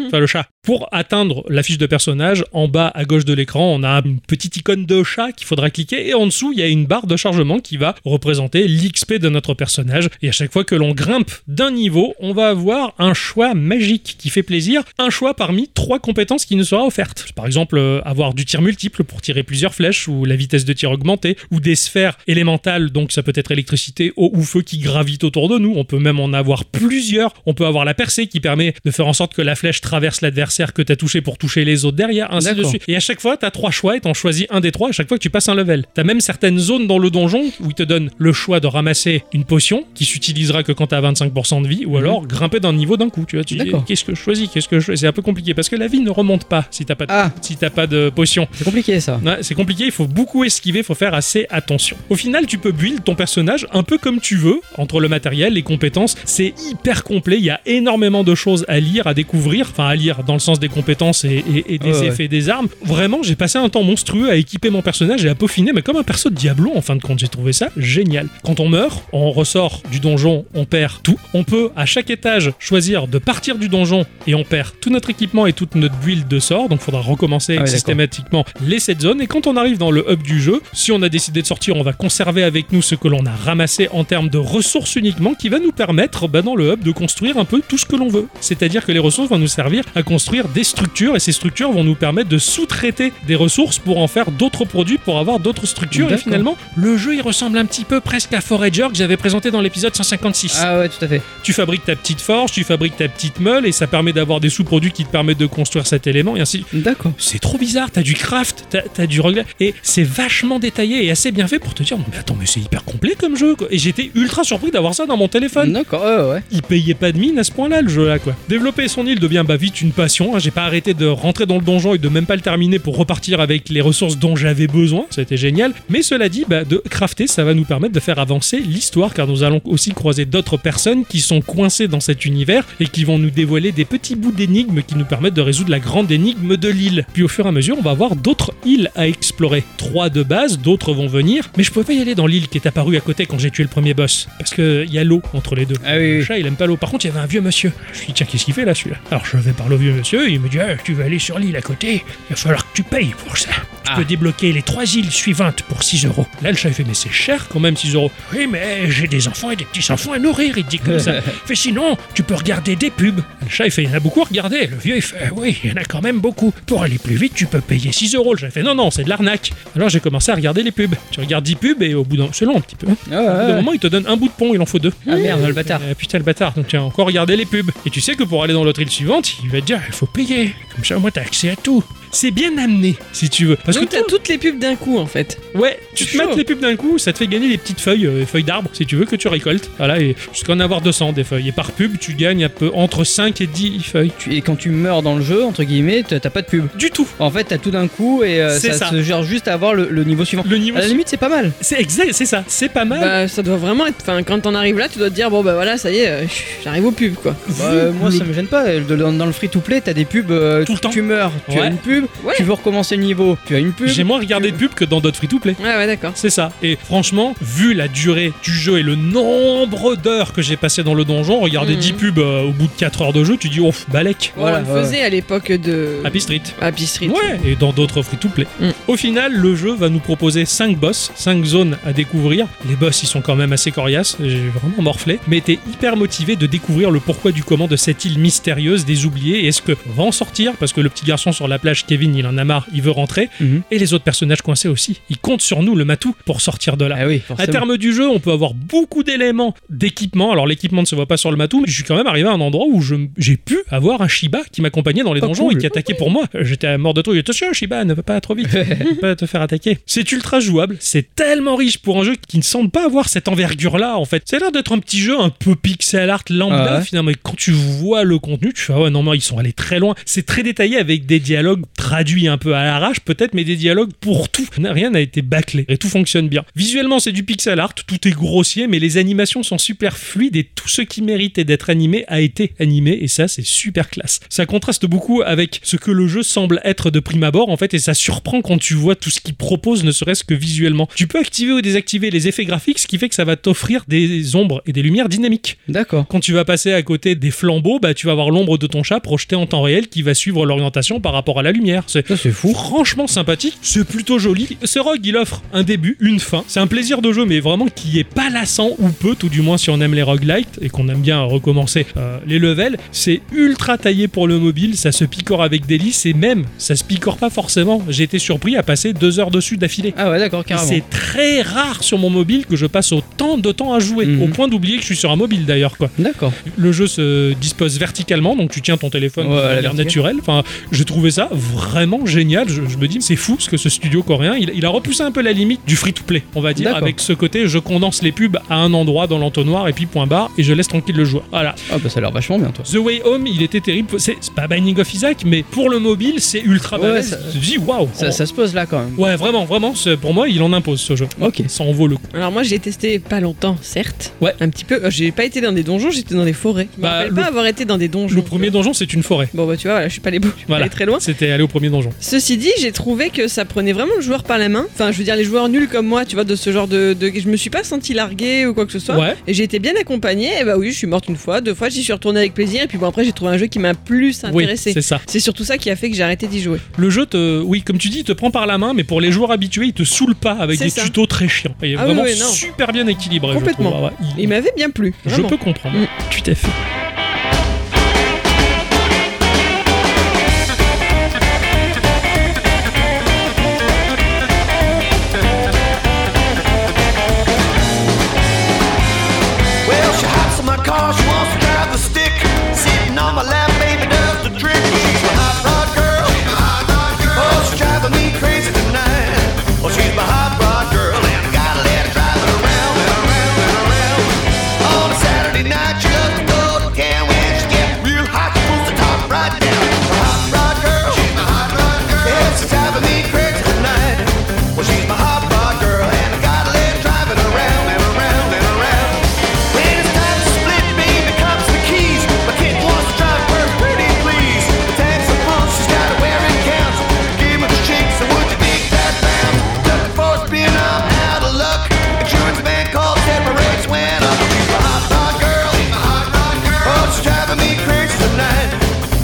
A: Enfin, le chat. Pour atteindre la fiche de personnage, en bas à gauche de l'écran, on a une petite icône de chat qu'il faudra cliquer et en dessous, il y a une barre de chargement qui va représenter l'XP de notre personnage. Et à chaque fois que l'on grimpe d'un niveau, on va avoir un choix magique qui fait plaisir, un choix parmi trois compétences qui nous sera offerte. Par exemple, euh, avoir du tir multiple pour tirer plusieurs flèches ou la vitesse de tir augmentée ou des sphères élémentales, donc ça peut être électricité, eau ou feu qui gravitent autour de nous. On peut même en avoir plusieurs. On peut avoir la percée qui permet de faire en sorte que la flèche traverse l'adversaire que t'as touché pour toucher les autres derrière, ainsi de
B: D'accord.
A: suite. Et à chaque fois, t'as trois choix et t'en choisis un des trois à chaque fois que tu passes un level. T'as même certaines zones dans le donjon où ils te donnent le choix de ramasser une potion qui s'utilisera que quand t'as 25% de vie ou alors grimper d'un niveau d'un coup. Tu vois, tu dis
B: Mhm. D'accord.
A: qu'est-ce que je choisis, qu'est-ce que je choisis. C'est un peu compliqué parce que la vie ne remonte pas si t'as pas de
B: Ah,
A: si t'as pas de potion.
B: c'est compliqué ça.
A: Ouais, c'est compliqué, il faut beaucoup esquiver, il faut faire assez attention. Au final, tu peux build ton personnage un peu comme tu veux, entre le matériel, les compétences, c'est hyper complet, il y a énormément de choses à lire, à découvrir, enfin à lire dans le sens des compétences et, et- et des
B: Ouais, ouais.
A: effets des armes. Vraiment, j'ai passé un temps monstrueux à équiper mon personnage et à peaufiner, mais comme un perso de Diablo, en fin de compte, j'ai trouvé ça génial. Quand on meurt, on ressort du donjon, on perd tout. On peut, à chaque étage, choisir de partir du donjon et on perd tout notre équipement et toute notre build de sort, donc faudra recommencer
B: Ah ouais, d'accord.
A: systématiquement les 7 zones. Et quand on arrive dans le hub du jeu, si on a décidé de sortir, on va conserver avec nous ce que l'on a ramassé en termes de ressources uniquement, qui va nous permettre permettre bah, dans le hub de construire un peu tout ce que l'on veut. C'est-à-dire que les ressources vont nous servir à construire des structures et ces structures vont nous permettre de sous-traiter des ressources pour en faire d'autres produits, pour avoir d'autres structures. Et
B: D'accord.
A: finalement, le jeu il ressemble un petit peu presque à Forager que j'avais présenté dans l'épisode 156.
B: Ah ouais, tout à fait.
A: Tu fabriques ta petite forge, tu fabriques ta petite meule et ça permet d'avoir des sous-produits qui te permettent de construire cet élément et ainsi
B: D'accord.
A: c'est trop bizarre, t'as du craft, t'as t'as du regret, et c'est vachement détaillé et assez bien fait pour te dire, non mais attends, mais c'est hyper complet comme jeu, quoi. Et j'étais ultra surpris d'avoir ça dans mon téléphone.
B: D'accord, ouais, ouais.
A: Il payait pas de mine à ce point-là, le jeu-là, quoi. Développer son île devient bah vite une passion, hein. j'ai pas arrêté de rentrer dans le donjon et de même pas le terminer pour repartir avec les ressources dont j'avais besoin, c'était génial. Mais cela dit, bah, de crafter, ça va nous permettre de faire avancer l'histoire, car nous allons aussi croiser d'autres personnes qui sont coincées dans cet univers et qui vont nous dévoiler des petits bouts d'énigmes qui nous permettent de résoudre la grande énigme de l'île. Puis au fur et à mesure, on va avoir d'autres îles à explorer. Trois de base, d'autres vont venir, mais je pouvais pas y aller dans l'île qui est apparue à côté quand j'ai tué le premier boss, parce qu'il y a l'eau entre les deux.
B: Ah oui,
A: Le
B: oui.
A: chat, il aime pas l'eau. Par contre, il y avait un vieux monsieur. Je lui dis, tiens, qu'est-ce qu'il fait là, celui-là Alors, je vais parler au vieux monsieur, il me dit, Ah, tu vas aller sur l'île à côté, il va falloir que tu payes pour ça. Tu
B: Ah.
A: peux débloquer les trois îles suivantes pour 6 euros. Là, le chat, il fait, mais c'est cher quand même, 6 euros. Oui, mais j'ai des enfants et des petits-enfants à nourrir, il dit comme ça. Fait sinon, tu peux regarder des pubs. Le chat, il fait, il y en a beaucoup à regarder. Le vieux, il fait, Ah oui, il y en a quand même beaucoup. Pour aller plus vite, tu peux payer 6 euros. Le chat, il fait, non, non, c'est de l'arnaque. Alors, j'ai commencé à regarder les pubs. Tu regardes 10 pubs et au bout d'un. C'est long un petit peu. hein.
B: Ah, ouais,
A: Au bout
B: ouais.
A: d'un moment, il te donne un bout de pont, il en faut deux.
B: Ah merde, le bâtard.
A: Euh, putain, le bâtard. Donc, tu as encore regardé les pubs. Et tu sais que pour aller dans l'autre île suivante, il va te dire il faut payer. Comme ça, moi, t'as accès à tout. C'est bien amené, si tu veux. Parce
C: Donc
A: que
C: t'as toutes les pubs d'un coup en fait.
A: Ouais, tu
C: C'est
A: te mates
C: chaud.
A: les pubs d'un coup, ça te fait gagner des petites feuilles, euh, feuilles d'arbres, si tu veux, que tu récoltes. Voilà, et jusqu'à en avoir 200 des feuilles. Et par pub, tu gagnes un peu entre 5 et 10 feuilles.
B: Tu- Et quand tu meurs dans le jeu, entre guillemets, t'as t'as pas de pub.
A: Du tout.
B: En fait, t'as tout d'un coup et euh,
A: C'est
B: ça,
A: ça.
B: se gère juste à avoir le, le niveau suivant.
A: Le niveau.
B: À la limite, c'est pas mal.
A: C'est exact, c'est ça. C'est pas mal.
C: Bah ça doit vraiment être. Enfin quand t'en arrives là, tu dois te dire bon bah voilà ça y est, euh, j'arrive aux pubs quoi.
A: Vu
B: Bah, euh, moi,
A: le-
B: ça me gêne pas. De- Dans, dans le free to play, t'as des pubs. euh,
A: Mmh. Tout le temps.
B: Tu meurs, tu
A: Ouais.
B: as une pub.
C: Ouais.
B: Tu veux recommencer le niveau, tu as une pub.
A: J'ai moins regardé de pubs que dans d'autres free-to-play.
C: Ouais ouais d'accord.
A: C'est ça. Et franchement, vu la durée du jeu et le nombre d'heures que j'ai passé dans le donjon, regarder
C: Mhm.
A: 10 pubs euh, au bout de 4 heures de jeu, tu dis, ouf, balèque.
C: Bon,
B: Voilà,
C: on le
B: ouais.
C: faisait à l'époque de.
A: Happy Street.
C: Happy Street.
A: Ouais, et dans d'autres free-to-play.
C: Mm.
A: Au final, le jeu va nous proposer 5 boss, 5 zones à découvrir. Les boss, ils sont quand même assez coriaces, j'ai vraiment morflé, mais t'es hyper motivé de découvrir le pourquoi du comment de cette île mystérieuse des oubliés. Et Est-ce que on va en sortir Parce que le petit garçon sur la plage, Kevin, il en a marre, il veut rentrer.
B: Mhm.
A: Et les autres personnages coincés aussi. Ils comptent sur nous, le matou, pour sortir de là.
B: Ah oui,
A: À
B: forcément.
A: terme du jeu, on peut avoir beaucoup d'éléments d'équipement. Alors l'équipement ne se voit pas sur le matou, mais je suis quand même arrivé à un endroit où je- j'ai pu avoir un Shiba qui m'accompagnait dans les
B: Oh,
A: donjons
B: cool.
A: et qui attaquait pour moi. J'étais à mort de tout. Il était, Attention, Shiba, ne va pas trop vite, ne va pas te faire attaquer. C'est ultra jouable, c'est tellement riche pour un jeu qui ne semble pas avoir cette envergure-là en fait. C'est l'air d'être un petit jeu un peu pixel art lambda
B: Ah ouais.
A: finalement. Et quand tu vois le contenu, tu fais ah ouais non mais ils sont allés très loin. C'est très détaillé avec des dialogues traduits un peu à l'arrache peut-être, mais des dialogues pour tout. Rien n'a été bâclé et tout fonctionne bien. Visuellement c'est du pixel art, tout est grossier, mais les animations sont super fluides et tout ce qui méritait d'être animé a été animé et ça c'est super classe. Ça contraste beaucoup avec ce que le jeu semble être de prime abord en fait et ça surprend quand tu vois tout ce qu'il propose ne serait-ce que visuellement. Tu peux activer ou désactiver les effets graphiques, ce qui fait que ça va t'offrir des ombres et des lumières dynamiques.
B: D'accord.
A: Quand tu vas passer à côté des flambeaux, bah, tu vas voir l'ombre de ton chat projetée en temps réel qui va suivre l'orientation par rapport à la lumière. C'est
B: Ça, c'est fou.
A: franchement sympathique, c'est plutôt joli. Ce Rogue, il offre un début, une fin. C'est un plaisir de jeu, mais vraiment qui est pas lassant ou peu, tout du moins si on aime les roguelites et qu'on aime bien recommencer euh, les levels. C'est ultra taillé pour le mobile, ça se picore avec délice et même, ça se picore pas forcément. J'ai été surpris à passer deux heures dessus d'affilée.
B: Ah ouais, d'accord, carrément.
A: C'est très rare sur mon mobile que je passe autant de temps à jouer,
B: Mhm.
A: au point d'oublier que je suis sur un mobile d'ailleurs quoi.
B: D'accord.
A: Le jeu se dispose verticalement, donc tu tiens ton téléphone
B: Ouais,
A: de
B: à la
A: manière
B: verticale.
A: naturelle. Enfin, j'ai trouvé ça vraiment génial. Je, je me dis, c'est fou ce que ce studio coréen, il, il a repoussé un peu la limite du free-to-play, on va dire,
B: D'accord.
A: avec ce côté, je condense les pubs à un endroit dans l'entonnoir et puis point barre, et je laisse tranquille le joueur. Voilà.
B: Ah bah ça a l'air vachement bien, toi.
A: The Way Home, il était terrible. C'est c'est pas Binding of Isaac, mais pour le mobile, c'est ultra
B: Ouais,
A: balèze.
B: ça-
A: Tu te dis, waouh.
B: Ça, ça se pose là quand même.
A: Ouais, vraiment, vraiment. c'est- Pour moi, il en impose ce jeu.
B: Ok.
A: Ça en vaut le coup.
C: Alors moi j'ai testé pas longtemps, certes.
A: Ouais.
C: Un petit peu. Euh, J'ai pas été dans des donjons, j'étais dans des forêts. Je me
A: Bah,
C: rappelle
A: le-
C: pas avoir été dans des donjons.
A: Le premier donjon, c'est une forêt.
C: Bon bah tu vois, voilà, je suis pas allé, je suis pas
A: Voilà.
B: Hein
C: allé très loin.
A: C'était aller au premier donjon.
C: Ceci dit, j'ai trouvé que ça prenait vraiment le joueur par la main. Enfin, je veux dire, les joueurs nuls comme moi, tu vois, de ce genre de. de- Je me suis pas senti largué ou quoi que ce soit.
A: Ouais.
C: Et j'ai été bien accompagnée. Et bah oui, je suis morte une fois, deux fois, j'y suis retournée avec plaisir. Et puis bon, après, j'ai trouvé un jeu qui m'a plus
A: Oui,
C: intéressé.
A: c'est ça.
C: c'est surtout ça qui a fait que j'ai arrêté d'y jouer.
A: Le jeu, te, oui, comme tu dis, il te prend par la main, mais pour les joueurs habitués, il te saoule pas avec
C: C'est
A: des
C: ça.
A: tutos très chiants. Il est
C: Ah oui,
A: vraiment
C: oui, non.
A: super bien équilibré. je
C: Complètement.
A: trouve. Ah ouais, il-
C: Il m'avait bien plu.
A: Je
C: vraiment.
A: peux comprendre.
C: Mm.
A: Tu t'es fait.
E: Well, she hops in my car, she wants to drive the stick. Sitting on my lap, baby does the trick. She's my hot rod girl. Oh, she's driving me crazy tonight. Oh, she's my hot rod girl, and I gotta let her drive her around and around and around. On a Saturday night, she loves to go to town. When she gets real hot, she pulls the top right down. My hot rod girl. She's my hot rod girl. Yeah, she's driving me crazy tonight. Well, she's my hot rod girl, and I gotta let her drive it around and around and around. When it's time to split, baby comes the keys. My kid wants to drive her pretty, please. The tags are pumped, she's got a wearing counts. Give her the shakes, and would you dig that round? Looking for a spin, I'm out of luck. Insurance man called, separates when I'm a hot rod girl. Oh, she's driving me crazy tonight.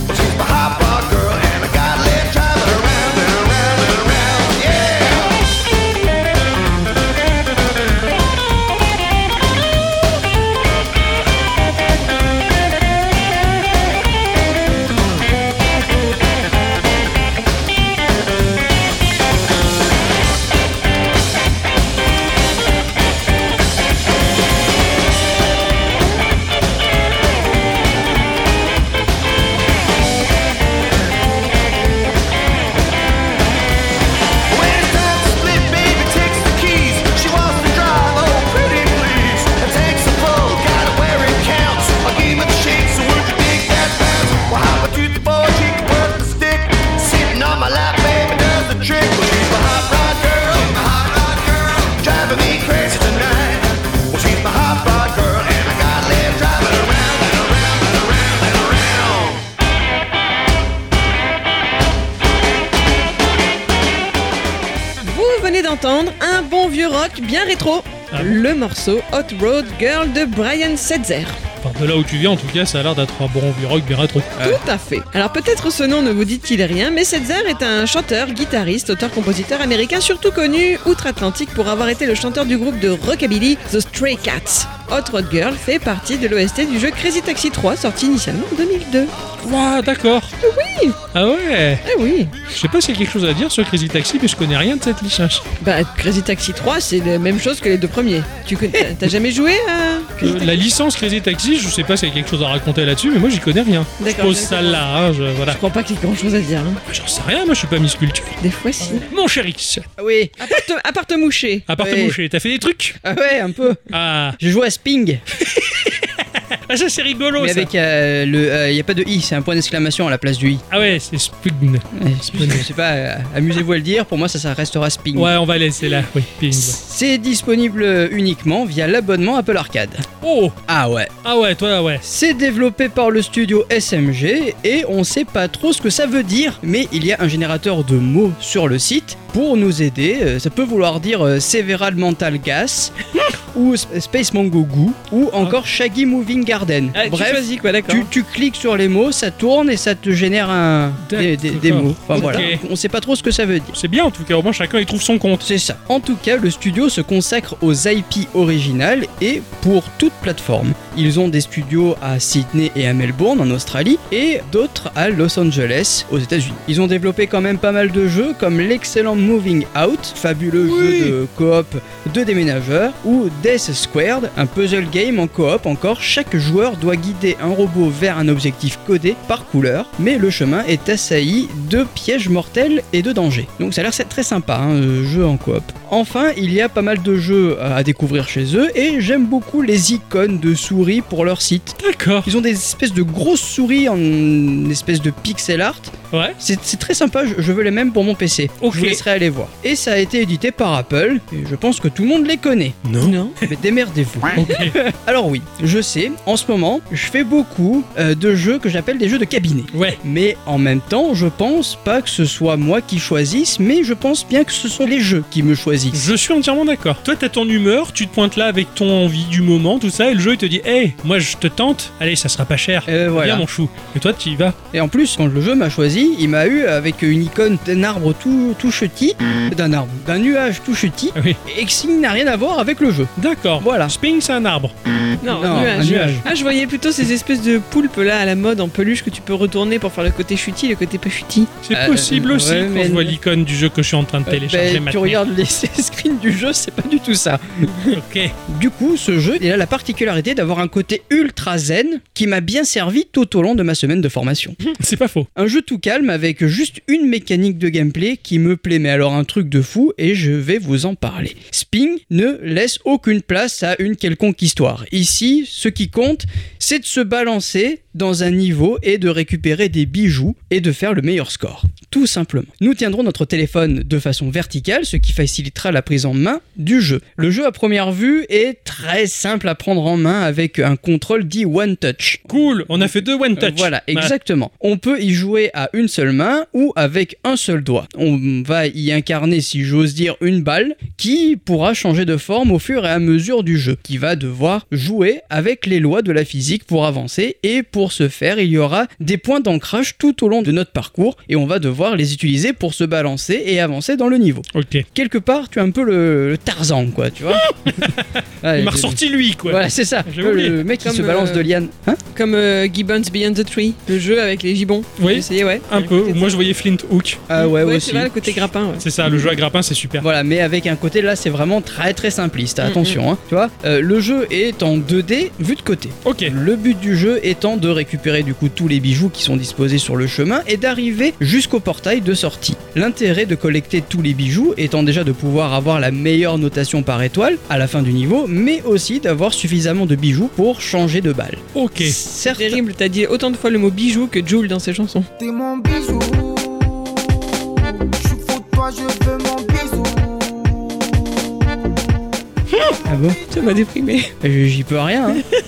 E: Well, she's my hot rod girl, and I gotta let her drive it around and around and around, yeah. When it's time to split, baby takes the keys. She wants to drive, oh pretty please. A tank's a full, gotta wear it counts. A game of the shakes, so would you dig that bounce? Well, hop a tooth boy, she can work the stick. Sitting on my lap, baby does the trick. Well, she's my hot rod girl, my hot rod girl, driving me crazy tonight. Well, she's my hot rod girl, and I gotta let her drive it around and around and around and around.
C: Vous venez d'entendre un bon vieux rock bien rétro.
A: Ah bon
C: Le morceau Hot Road Girl de Brian Setzer.
A: Enfin, de là où tu viens, en tout cas, ça a l'air d'être un bon vieux rock bien rétro.
C: Tout à fait. Alors peut-être ce nom ne vous dit-il rien, mais Setzer est un chanteur, guitariste, auteur-compositeur américain surtout connu outre-Atlantique pour avoir été le chanteur du groupe de rockabilly The Stray Cats. Hot Rod Girl fait partie de l'OST du jeu Crazy Taxi 3 sorti initialement en 2002.
A: Ouah, Ah, d'accord.
C: Oui.
A: Ah ouais.
C: Ah
B: Eh
C: oui
A: Je sais pas s'il y a quelque chose à dire sur Crazy Taxi, mais je connais rien de cette licence.
C: Bah Crazy Taxi 3 c'est la même chose que les deux premiers. Tu connais, t'as jamais joué à...
A: Euh, la licence Crazy Taxi, je sais pas s'il y a quelque chose à raconter là-dessus, mais moi j'y connais rien. Je
C: D'accord,
A: pose
C: je
A: ça
C: comprends.
A: là, hein, je- voilà.
C: Je crois pas qu'il y ait grand chose à dire. hein.
A: Bah, J'en sais rien, moi je suis pas Miss Culture.
C: Des fois si.
A: Mon cher X,
B: Ah oui.
C: À part te- à part te moucher.
A: à part te
B: Oui.
A: moucher, t'as fait des trucs
B: Ah ouais, un peu.
A: Ah,
B: J'ai joué à Sping,
A: ah, ça c'est rigolo
B: mais
A: ça.
B: avec euh, le. Il n'y a pas de i, c'est un point d'exclamation à la place du i.
A: Ah ouais, c'est Spugn.
B: Ouais, Je sais pas, euh, amusez-vous à le dire, pour moi ça, ça restera Sping.
A: Ouais, on va laisser là, oui. Ping.
B: C'est disponible uniquement via l'abonnement Apple Arcade.
A: Oh,
B: Ah ouais.
A: ah ouais, toi, ouais.
B: C'est développé par le studio SMG et on sait pas trop ce que ça veut dire, mais il y a un générateur de mots sur le site pour nous aider. Euh, Ça peut vouloir dire euh, Several Mental Gas ou Sp- Space Mango Goo ou encore Shaggy Moving Garden.
A: Eh,
C: Ah, tu
B: Bref.
C: choisis quoi, d'accord.
B: Tu, tu cliques sur les mots, ça tourne et ça te génère un... des, des- des
A: D'accord.
B: mots. Enfin
A: Ok.
B: voilà, on sait pas trop ce que ça veut dire.
A: C'est bien en tout cas, au moins chacun il trouve son compte.
B: C'est ça. En tout cas, le studio se consacre aux IP originales et pour toute plateforme. Ils ont des studios à Sydney et à Melbourne en Australie et d'autres à Los Angeles aux États-Unis. Ils ont développé quand même pas mal de jeux comme l'excellent Moving Out, fabuleux jeu de coop de déménageurs, ou Death Squared, un puzzle game en coop encore. Chaque joueur doit guider un robot vers un objectif codé par couleur, mais le chemin est assailli de pièges mortels et de dangers. Donc ça a l'air c'est très sympa, hein, euh, jeu en coop. Enfin, il y a pas mal de jeux à découvrir chez eux, et j'aime beaucoup les icônes de souris pour leur site.
A: D'accord.
B: Ils ont des espèces de grosses souris en espèce de pixel art
A: Ouais.
B: C'est c'est très sympa, je, je veux les mêmes pour mon PC.
A: Ok.
B: Je vous laisserai aller voir. Et ça a été édité par Apple, et je pense que tout le monde les connaît.
A: Non.
B: Mais démerdez-vous.
A: Ok.
B: Alors oui, je sais, en ce moment, je fais beaucoup euh, de jeux que j'appelle des jeux de cabinet.
A: Ouais.
B: Mais en même temps, je pense pas que ce soit moi qui choisisse, mais je pense bien que ce sont les jeux qui me choisissent.
A: Je suis entièrement d'accord. Toi, t'as ton humeur, tu te pointes là avec ton envie du moment, tout ça, et le jeu, il te dit Hé, moi, je te tente, allez, ça sera pas cher.
B: Euh, voilà.
A: Viens, mon chou. Et toi, tu y vas.
B: Et en plus, quand le jeu m'a choisi, il m'a eu avec une icône d'un arbre tout, tout chutty, d'un arbre, d'un nuage tout chutty,
A: Ah Oui.
B: et qui n'a rien à voir avec le jeu.
A: D'accord.
B: Voilà.
A: Spring, c'est un arbre.
C: Non,
B: Non,
C: nuage.
B: un nuage.
C: Ah, je voyais plutôt ces espèces de poulpes là à la mode en peluche que tu peux retourner pour faire le côté chutis, le côté pas chutis.
A: C'est
B: Euh,
A: possible aussi
B: ouais,
A: quand
B: mais-
A: je vois l'icône du jeu que je suis en train de télécharger
B: Euh, ben, tu
A: maintenant.
B: regardes les screens du jeu, c'est pas du tout ça.
A: Ok.
B: Du coup, ce jeu, il a la particularité d'avoir un côté ultra zen qui m'a bien servi tout au long de ma semaine de formation.
A: C'est pas faux.
B: Un jeu tout calme avec juste une mécanique de gameplay qui me plaît, mais alors un truc de fou et je vais vous en parler. Sping ne laisse aucune place à une quelconque histoire. Ici, ce qui compte, c'est de se balancer dans un niveau et de récupérer des bijoux et de faire le meilleur score. Tout simplement. Nous tiendrons notre téléphone de façon verticale, ce qui facilitera la prise en main du jeu. Le jeu à première vue est très simple à prendre en main avec un contrôle dit One Touch.
A: Cool, on a fait deux one touch.
B: Euh, Voilà,
A: Ouais.
B: exactement. On peut y jouer à une seule main ou avec un seul doigt. On va y incarner, si j'ose dire, une balle qui pourra changer de forme au fur et à mesure du jeu, qui va devoir jouer avec les lois de la physique pour avancer et pour ce faire, il y aura des points d'ancrage tout au long de notre parcours et on va devoir les utiliser pour se balancer et avancer dans le niveau.
A: Ok.
B: Quelque part, tu as un peu le, le Tarzan, quoi, tu vois. Ouais,
A: Il m'a
B: Euh, je-
A: ressorti lui, quoi.
B: Voilà, c'est ça.
A: J'ai oublié.
B: Le mec qui
C: Comme,
B: se balance
C: euh,
B: de liane. Hein
C: Comme euh, Gibbons Beyond the Tree, le jeu avec les gibbons.
A: Oui.
C: J'ai essayé, ouais.
A: Un peu. Moi, je voyais Flint Hook.
B: Ah ouais,
C: ouais,
B: aussi.
C: c'est vrai, le côté grappin. ouais.
A: C'est ça, le jeu à grappin, c'est super.
B: Voilà, mais avec un côté là, c'est vraiment très très simpliste. Attention, hein, tu vois. Euh, le jeu est en 2D vu de côté.
A: Ok.
B: Le but du jeu étant de récupérer du coup tous les bijoux qui sont disposés sur le chemin et d'arriver jusqu'au portail de sortie. L'intérêt de collecter tous les bijoux étant déjà de pouvoir avoir la meilleure notation par étoile à la fin du niveau, mais aussi d'avoir suffisamment de bijoux pour changer de balle.
A: Ok.
B: Certes,
C: Terrible, t'as dit autant de fois le mot bijou que Joule dans ses chansons.
F: T'es mon bijou. Je suis fou de toi, je veux mon bisou.
B: Ah bon
C: Ça m'a déprimé.
B: Euh, J'y peux rien. hein.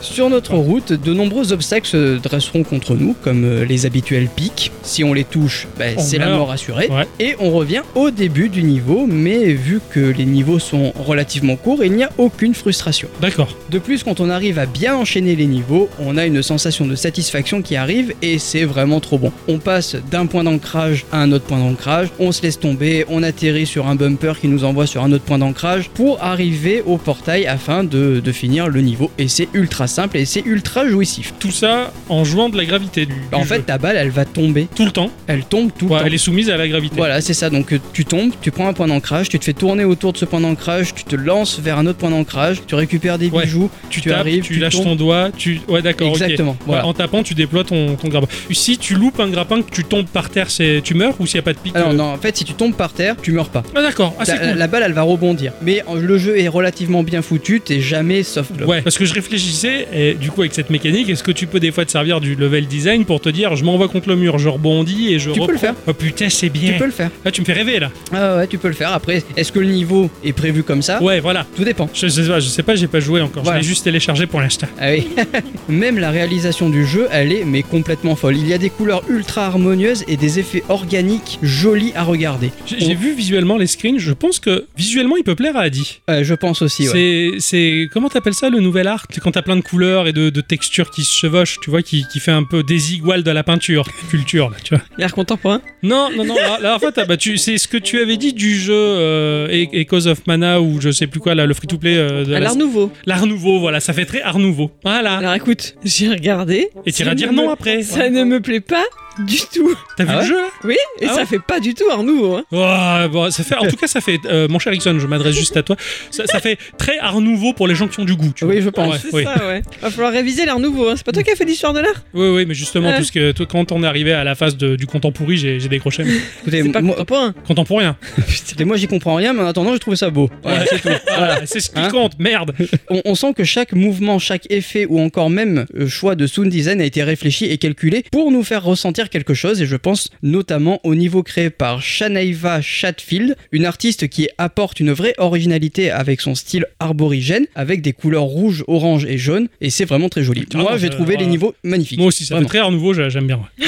B: Sur notre route, de nombreux obstacles se dresseront contre nous, comme euh, les habituels pics. Si on les touche, ben,
A: On
B: c'est la
A: meurt.
B: mort assurée.
A: Ouais.
B: Et on revient au début du niveau, mais vu que les niveaux sont relativement courts, il n'y a aucune frustration.
A: D'accord.
B: De plus, quand on arrive à bien enchaîner les niveaux, on a une sensation de satisfaction qui arrive et c'est vraiment trop bon. On passe d'un point d'ancrage à un autre point d'ancrage, on se laisse tomber, on atterrit sur un bumper qui nous envoie sur un autre point d'ancrage pour arriver au portail afin de, de finir le niveau. Et c'est ultra simple et c'est ultra jouissif.
A: Tout ça en jouant de la gravité du.
B: En
A: du
B: fait,
A: jeu.
B: ta balle, elle va tomber.
A: tout le temps.
B: Elle tombe tout le
A: Ouais,
B: temps.
A: Elle est soumise à la gravité.
B: Voilà, c'est ça. Donc euh, tu tombes, tu prends un point d'ancrage, tu te fais tourner autour de ce point d'ancrage, tu te lances vers un autre point d'ancrage, tu récupères des
A: Ouais.
B: bijoux,
A: Tu,
B: tu
A: tapes,
B: arrives,
A: tu,
B: tu
A: lâches
B: tombes.
A: ton doigt, tu. Ouais, d'accord. ok.
B: Exactement.
A: Ouais,
B: Voilà.
A: en tapant, tu déploies ton, ton grappin. Si tu loupes un grappin, que tu tombes par terre, c'est tu meurs ou s'il n'y a pas de pic
B: Alors
A: euh,
B: Ah non, en fait, si tu tombes par terre, tu meurs pas.
A: Ah, d'accord. Ah, c'est
B: Ta-
A: cool.
B: La balle, elle va rebondir. Mais en- le jeu est relativement bien foutu, t'es jamais soft block.
A: Ouais, parce que je réfléchissais, et du coup, avec cette mécanique, est-ce que tu peux des fois te servir du level design pour te dire je m'envoie contre le mur, je rebondis et je.
B: Tu peux le faire.
A: Oh putain, c'est bien.
B: Tu peux le faire.
A: Ah, tu me fais rêver là.
B: Ah ouais, tu peux le faire. Après, est-ce que le niveau est prévu comme ça
A: Ouais, voilà.
B: Tout dépend.
A: Je, sais pas, je sais pas, j'ai pas joué encore.
B: Voilà.
A: Je l'ai juste téléchargé pour l'instant.
B: Ah oui. Même la réalisation du jeu, elle est mais complètement folle. Il y a des couleurs ultra harmonieuses et des effets organiques jolis à regarder.
A: J'ai j'ai vu visuellement les screens. Je pense que visuellement, il peut plaire à Adi.
B: Euh, je pense aussi. Ouais.
A: C'est, c'est comment t'appelles ça le nouvel art C'est quand t'as plein de couleurs et de, de textures qui se chevauchent, tu vois, qui, qui fait un peu désigual de la peinture, culture, là, tu vois.
C: L'air contemporain.
A: Non, non, non. La, la dernière fois, t'as battu. C'est ce que ah, bah, tu avais dit du jeu euh, E- Echoes of Mana ou je sais plus quoi, là, le free-to-play euh, de
C: À
A: la-
C: l'art nouveau.
A: l'art nouveau. Voilà, ça fait très art nouveau. Voilà.
C: Alors écoute, j'ai regardé.
A: Et
C: Ça
A: t'iras
C: ne
A: dire
C: me-
A: non après.
C: Ça ne me plaît pas du tout.
A: T'as vu
B: Ah
A: le
B: ouais
A: jeu là
C: Oui, et
A: Ah
C: ça
A: ouais
C: fait pas du tout art nouveau. hein.
A: Oh, bon, ça fait, En tout cas, ça fait. euh, mon cher Ixon, je m'adresse juste à toi. Ça, ça fait très art nouveau pour les gens qui ont du goût. Tu vois.
B: Oui, je pense.
A: Ah Ouais,
C: c'est
A: oui. Mm.
C: ça, ouais. Va falloir réviser l'art nouveau. hein. C'est pas toi qui as fait l'histoire de l'art
A: Oui, oui, mais justement,
C: Ouais.
A: tout ce que, tout- quand on est arrivé à la phase de- du contemporain, j'ai j'ai décroché. mais
B: Écoutez,
C: C'est pas
B: moi,
C: contemporain.
A: hein. Contemporain.
B: écoutez, moi, j'y comprends rien, mais en attendant, je trouvais ça beau. Voilà,
A: Ouais.
B: c'est tout. Voilà.
A: Ah, c'est ce qui
B: Hein
A: compte, merde.
B: on, on sent que chaque mouvement, chaque effet ou encore même euh, choix de sound design a été réfléchi et calculé pour nous faire ressentir faire quelque chose et je pense notamment au niveau créé par Shanaeva Chatfield, une artiste qui apporte une vraie originalité avec son style arborigène, avec des couleurs rouge, orange et jaune, et c'est vraiment très joli.
A: Carrément,
B: Moi j'ai
A: ça-
B: trouvé les
A: voilà.
B: niveaux magnifiques.
A: Moi aussi, ça fait
B: Vraiment.
A: très art nouveau, j'a- j'aime bien. ouais.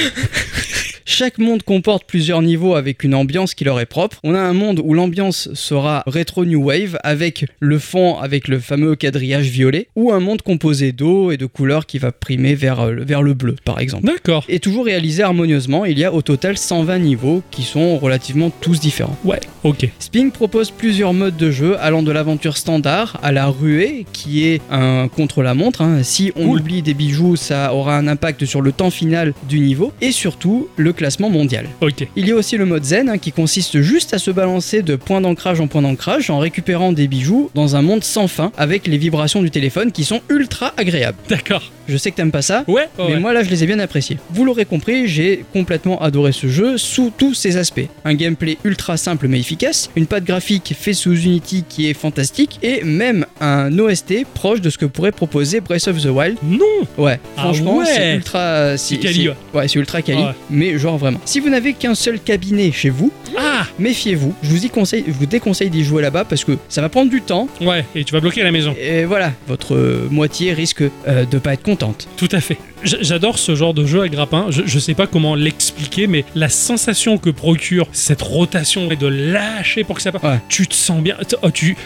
B: Chaque monde comporte plusieurs niveaux avec une ambiance qui leur est propre. On a un monde où l'ambiance sera rétro new wave avec le fond avec le fameux quadrillage violet ou un monde composé d'eau et de couleurs qui va primer vers, euh, le- vers le bleu par exemple.
A: D'accord.
B: Et toujours réalisé harmonieusement, il y a au total 120 niveaux qui sont relativement tous différents.
A: Ouais, ok.
B: Sping propose plusieurs modes de jeu allant de l'aventure standard à la ruée qui est un contre-la-montre. hein. Si on
A: Cool.
B: oublie des bijoux, ça aura un impact sur le temps final du niveau et surtout le classement mondial.
A: Ok.
B: Il y a aussi le mode zen hein, qui consiste juste à se balancer de point d'ancrage en point d'ancrage en récupérant des bijoux dans un monde sans fin avec les vibrations du téléphone qui sont ultra agréables.
A: D'accord.
B: Je sais que t'aimes pas ça.
A: Ouais, Oh, ouais.
B: Mais moi là je les ai bien appréciés. Vous l'aurez compris, j'ai complètement adoré ce jeu sous tous ses aspects. Un gameplay ultra simple mais efficace, une patte graphique faite sous Unity qui est fantastique, et même un OST proche de ce que pourrait proposer Breath of the Wild
A: Non
B: Ouais,
A: Ah
B: franchement,
A: ouais.
B: c'est ultra. C'est
A: quali,
B: c'est-
A: ouais. Ah
B: Ouais, c'est ultra quali,
A: Ouais.
B: mais genre vraiment. Si vous n'avez qu'un seul cabinet chez vous,
A: Ah
B: méfiez-vous. Je vous y conseille, je vous déconseille d'y jouer là-bas parce que ça va prendre du temps.
A: Ouais, et tu vas bloquer la maison.
B: Et voilà, votre euh, moitié risque euh, de pas être contente.
A: Tout à fait. J- J'adore ce genre de jeu à grappin. Je, je sais pas comment l'expliquer, mais la sensation que procure cette rotation et de lâcher pour que ça parte.
B: Ouais.
A: Tu te sens bien. T- oh, tu.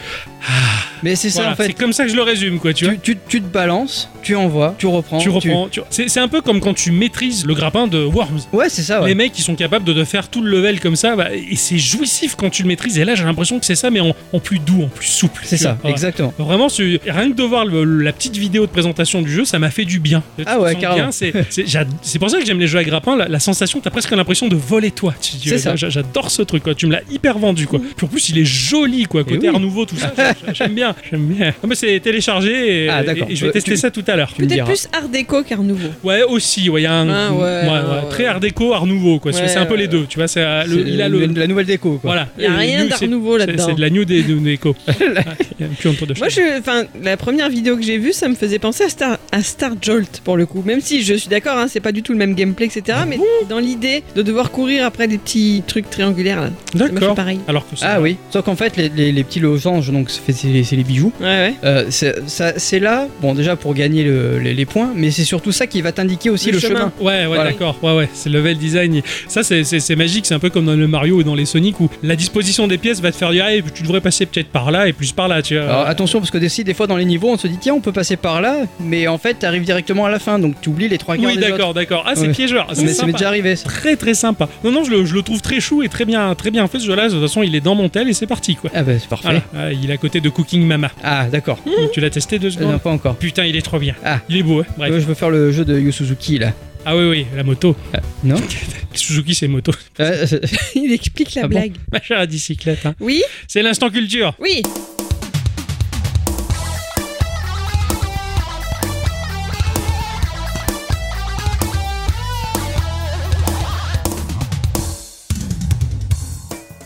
B: Mais c'est
A: Voilà,
B: ça en fait.
A: C'est comme ça que je le résume, quoi. Tu vois.
B: Tu, tu- tu te balances, tu envoies, tu reprends.
A: Tu reprends. tu- C'est c'est un peu comme quand tu maîtrises le grappin de Worms.
B: Ouais, c'est ça, Ah ouais.
A: Les mecs, ils sont capables de, de faire tout le level comme ça, bah, et c'est jouissif quand tu le maîtrises. Et là, j'ai l'impression que c'est ça, mais en, en plus doux, en plus souple.
B: C'est
A: tu
B: ça,
A: vois. Ah Ouais.
B: exactement.
A: Vraiment, c'est- rien que de voir le- la petite vidéo de présentation du jeu, ça m'a fait du bien. Tu te
B: Ah ouais,
A: sens
B: carrément.
A: bien, C'est c'est- j'ad- c'est pour ça que j'aime les jeux à grappin. La, la sensation, t'as presque l'impression de voler toi. Tu- tu-
B: C'est ça.
A: j'a- J'adore ce truc. Quoi. Tu me l'as hyper vendu. Quoi. Puis en plus, il est joli, quoi. Côté
B: Eh oui.
A: Art nouveau, tout ça. j'a- j'a- J'aime bien. J'aime bien. Ah, mais c'est téléchargé. Et,
B: Ah, d'accord.
A: et je vais
B: Euh,
A: tester
B: tu-
A: ça tout à l'heure.
B: Tu me
C: Peut-être
B: diras.
C: plus art déco qu'art nouveau.
A: Ouais, aussi. Ouais, il y a un
C: Ah, ouais, ouais, ouais.
A: très Art déco, Art nouveau. quoi. C'est
C: Ouais,
A: c'est un peu les
C: ouais.
A: deux. Tu vois, c'est, euh, le-
B: C'est
A: il a le.
B: la- la nouvelle déco, quoi.
A: Voilà.
C: Il y a
A: Et
C: rien
A: new,
C: d'art
A: c'est-
C: nouveau
A: c'est-
C: là-dedans.
A: C'est de la new des, des déco. Ah, Il y a un cul entre deux
C: Moi,
A: chaises.
C: je, enfin, la première vidéo que j'ai vue, ça me faisait penser à Star, à Star Jolt pour le coup. Même si je suis d'accord, hein, c'est pas du tout le même gameplay, etc. mais dans l'idée de devoir courir après des petits trucs triangulaires, là, ça m'a fait
A: D'accord.
C: pareil.
A: Alors que ça.
B: Ah oui, sauf qu'en fait, les, les- les petits losanges, donc c'est c'est les- c'est les bijoux,
C: Ouais, ouais.
B: Euh, c'est ça- c'est là, bon déjà pour gagner le- les, les points, mais c'est surtout ça qui va t'indiquer aussi le,
C: Le
B: chemin.
C: chemin.
A: Ouais, ouais,
B: Voilà.
A: d'accord. Ouais, ouais, c'est le level design. Ça, c'est- c'est c'est magique. C'est un peu comme dans le Mario et dans les Sonic où la disposition des pièces va te faire dire, ah, et puis tu devrais passer peut-être par là et plus par là, tu vois.
B: Alors attention parce que des, si, des fois dans les niveaux on se dit tiens on peut passer par là, mais en fait t'arrives directement à la fin donc t'oublies les trois quarts
A: oui,
B: des autres.
A: d'accord, d'accord. Ah, c'est
B: Ouais.
A: piégeur. Ah,
B: Mais
A: C'est
B: ça
A: sympa.
B: m'est déjà arrivé. ça.
A: Très, très sympa. Non, non, je le, je le trouve très chou et très bien, très bien fait ce jeu-là. De toute façon, il est dans mon tel et c'est parti, quoi.
B: Ah bah c'est parfait.
A: Voilà. Ah, il est à côté de Cooking Mama.
B: Ah d'accord.
A: Donc, tu l'as testé deux
B: Euh, non,
A: secondes
B: pas encore.
A: Putain, il est trop bien.
B: Ah.
A: Il est beau, hein. Bref.
B: Euh, je veux faire le jeu de Yu Suzuki là.
A: Ah oui, oui, la moto.
B: Non
A: Suzuki, c'est moto.
B: Euh, euh,
C: Il explique la
B: Ah bon
C: blague.
A: Ma chère à bicyclette, hein.
C: Oui,
A: C'est l'instant culture.
C: oui.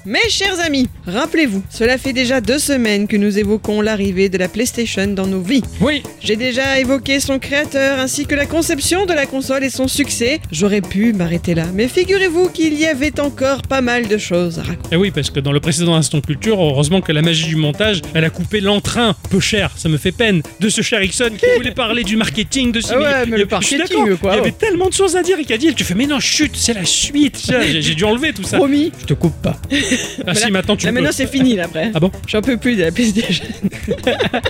C: Mes chers amis, rappelez-vous, cela fait déjà deux semaines que nous évoquons l'arrivée de la PlayStation dans nos vies.
A: Oui,
C: J'ai déjà évoqué son créateur ainsi que la conception de la console et son succès. J'aurais pu m'arrêter là, mais figurez-vous qu'il y avait encore pas mal de choses à raconter.
A: Et Eh oui, parce que dans le précédent instant culture, heureusement que la magie du montage, elle a coupé l'entrain, peu cher, ça me fait peine, de ce cher Ixon qui voulait parler du marketing, de
B: Ah ouais, mais le
A: je suis
B: marketing,
A: d'accord,
B: quoi,
A: Il y avait
B: ouais.
A: tellement de choses à dire et qu'à dire, tu fais, mais non, chut, c'est la suite, ça, j'ai j'ai dû enlever tout ça.
B: promis, je te coupe pas.
A: Ah si,
C: là-
A: maintenant tu
C: Là
A: peux.
C: maintenant c'est fini là après.
A: Ah bon
C: J'en peux plus de la PlayStation.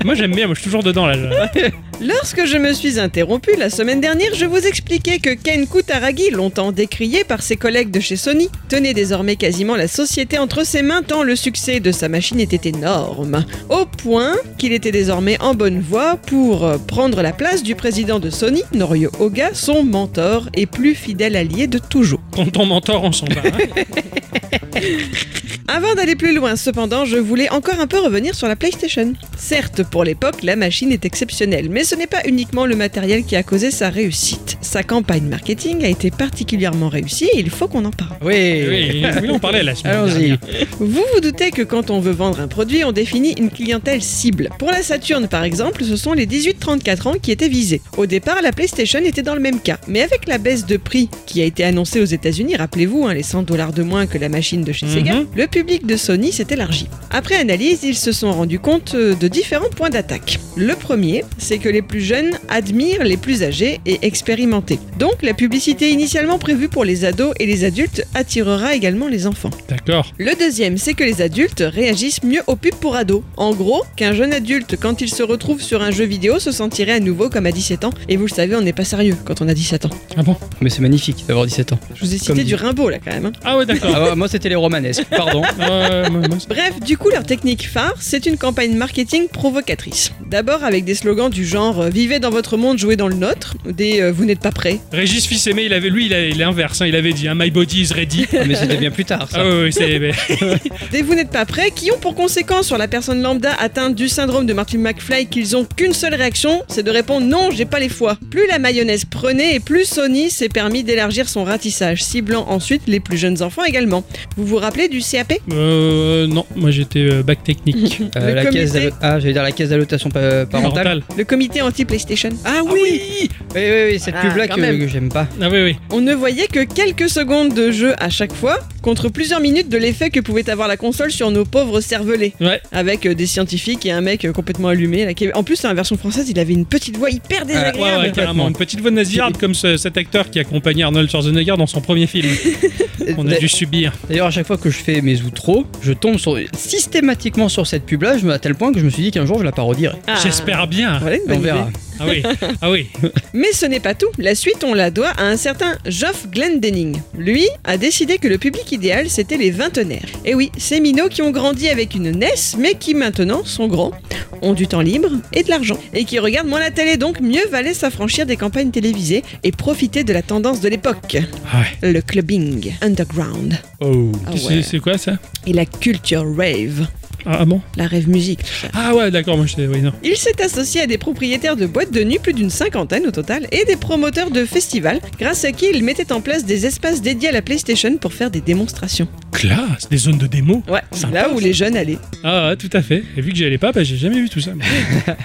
A: Moi j'aime bien, moi je suis toujours dedans là. je-
C: Lorsque je me suis interrompu la semaine dernière, je vous expliquais que Ken Kutaragi, longtemps décrié par ses collègues de chez Sony, tenait désormais quasiment la société entre ses mains tant le succès de sa machine était énorme. Au point qu'il était désormais en bonne voie pour euh, prendre la place du président de Sony, Norio Oga, son mentor et plus fidèle allié de toujours.
A: Quand on m'entend, on s'en va. hein.
C: Avant d'aller plus loin, cependant, je voulais encore un peu revenir sur la PlayStation. Certes, pour l'époque, la machine est exceptionnelle, mais ce n'est pas uniquement le matériel qui a causé sa réussite. Sa campagne marketing a été particulièrement réussie et il faut qu'on en parle.
B: Oui,
A: Oui, oui, on parlait la semaine
B: Allons-y.
A: dernière.
C: Vous vous doutez que quand on veut vendre un produit, on définit une clientèle cible. Pour la Saturn, par exemple, ce sont les 18-34 ans qui étaient visés. Au départ, la PlayStation était dans le même cas, mais avec la baisse de prix qui a été annoncée aux États-Unis, rappelez-vous, hein, les 100 dollars de moins que la machine de chez Sega,
A: Mhm.
C: le public de Sony s'est élargi. Après analyse, ils se sont rendus compte euh, de différents points d'attaque. Le premier, c'est que les plus jeunes admirent les plus âgés et expérimentés. Donc, la publicité initialement prévue pour les ados et les adultes attirera également les enfants.
A: D'accord.
C: Le deuxième, c'est que les adultes réagissent mieux aux pubs pour ados. En gros, qu'un jeune adulte, quand il se retrouve sur un jeu vidéo, se sentirait à nouveau comme à 17 ans. Et vous le savez, on n'est pas sérieux quand on a 17 ans.
A: Ah bon
B: Mais c'est magnifique d'avoir 17 ans.
C: Je vous ai
B: Comme
C: cité
B: dit.
C: du Rimbaud là quand même. hein.
A: Ah ouais, d'accord.
B: Ah, bah, moi, c'était les romanesques, pardon.
A: Euh, moi, moi, c'est-
C: Bref, du coup, leur technique phare, c'est une campagne marketing provocatrice. D'abord avec des slogans du genre euh, Vivez dans votre monde, jouez dans le nôtre des euh, Vous n'êtes pas prêts.
A: Régis fils aimé, il avait, lui, il, a, il est inverse. hein, il avait dit hein, My body is ready.
B: Ah, Mais c'était bien plus tard, ça.
A: Ah ouais, ouais, c'est. mais-
C: Des Vous n'êtes pas prêts qui ont pour conséquence sur la personne lambda atteinte du syndrome de Martin McFly qu'ils ont qu'une seule réaction, c'est de répondre non, j'ai pas les foies. Plus la mayonnaise prenait et plus Sony s'est permis d'élargir son ratissage, ciblant ensuite les plus jeunes enfants également. Vous vous rappelez du CAP
A: Euh, non, moi j'étais euh, bac technique.
B: Euh,
C: Le
B: la
C: comité.
B: caisse d'allo- ah, j'allais dire la caisse d'allocation pa- parentale.
A: Parental.
C: Le comité anti-PlayStation
B: Ah oui, oui, oui, oui, cette
C: Ah,
B: pub-là
C: quand
B: que,
C: même.
B: que j'aime pas.
A: Ah oui, oui.
C: On ne voyait que quelques secondes de jeu à chaque fois, contre plusieurs minutes de l'effet que pouvait avoir la console sur nos pauvres cervelés.
A: Ouais.
C: Avec euh, des scientifiques et un mec euh, complètement allumé. Là, qui... En plus, dans la version française, il avait une petite voix hyper désagréable.
A: Ah, Ouais, ouais, carrément. Une petite voix nasillarde comme ce- cet acteur qui accompagnait Arnold Schwarzenegger dans son premier film. On a
B: D'a-
A: dû subir.
B: D'ailleurs, à chaque fois que je fais mes outros, je tombe sur, systématiquement sur cette pub-là, je me- à tel point que je me suis dit qu'un jour je la parodierai.
C: Ah.
A: J'espère bien.
C: Voilà une
B: On
C: bonne
B: verra.
C: idée.
A: Ah oui, ah oui.
C: Mais ce n'est pas tout. La suite, on la doit à un certain Geoff Glendening. Lui a décidé que le public idéal, c'était les vingtenaires. Et oui, ces minots qui ont grandi avec une NES, mais qui maintenant sont grands, ont du temps libre et de l'argent, et qui regardent moins la télé, donc mieux valait s'affranchir des campagnes télévisées et profiter de la tendance de l'époque.
A: Ah ouais.
C: Le clubbing underground
B: Oh.
C: Ah
A: C'est-
C: ouais.
A: C'est quoi ça
C: et la culture rave,
A: ah, ah bon
C: la rave musique. tout ça.
A: Ah ouais, d'accord, moi j'étais. Oui, non.
C: Il s'est associé à des propriétaires de boîtes de nuit, plus d'une cinquantaine au total, et des promoteurs de festivals, grâce à qui il mettait en place des espaces dédiés à la PlayStation pour faire des démonstrations.
A: Classe, des zones de démo.
C: Ouais, là où les jeunes allaient.
A: Ah, ouais, tout à fait. Et vu que j'y allais pas, bah, j'ai jamais vu tout ça.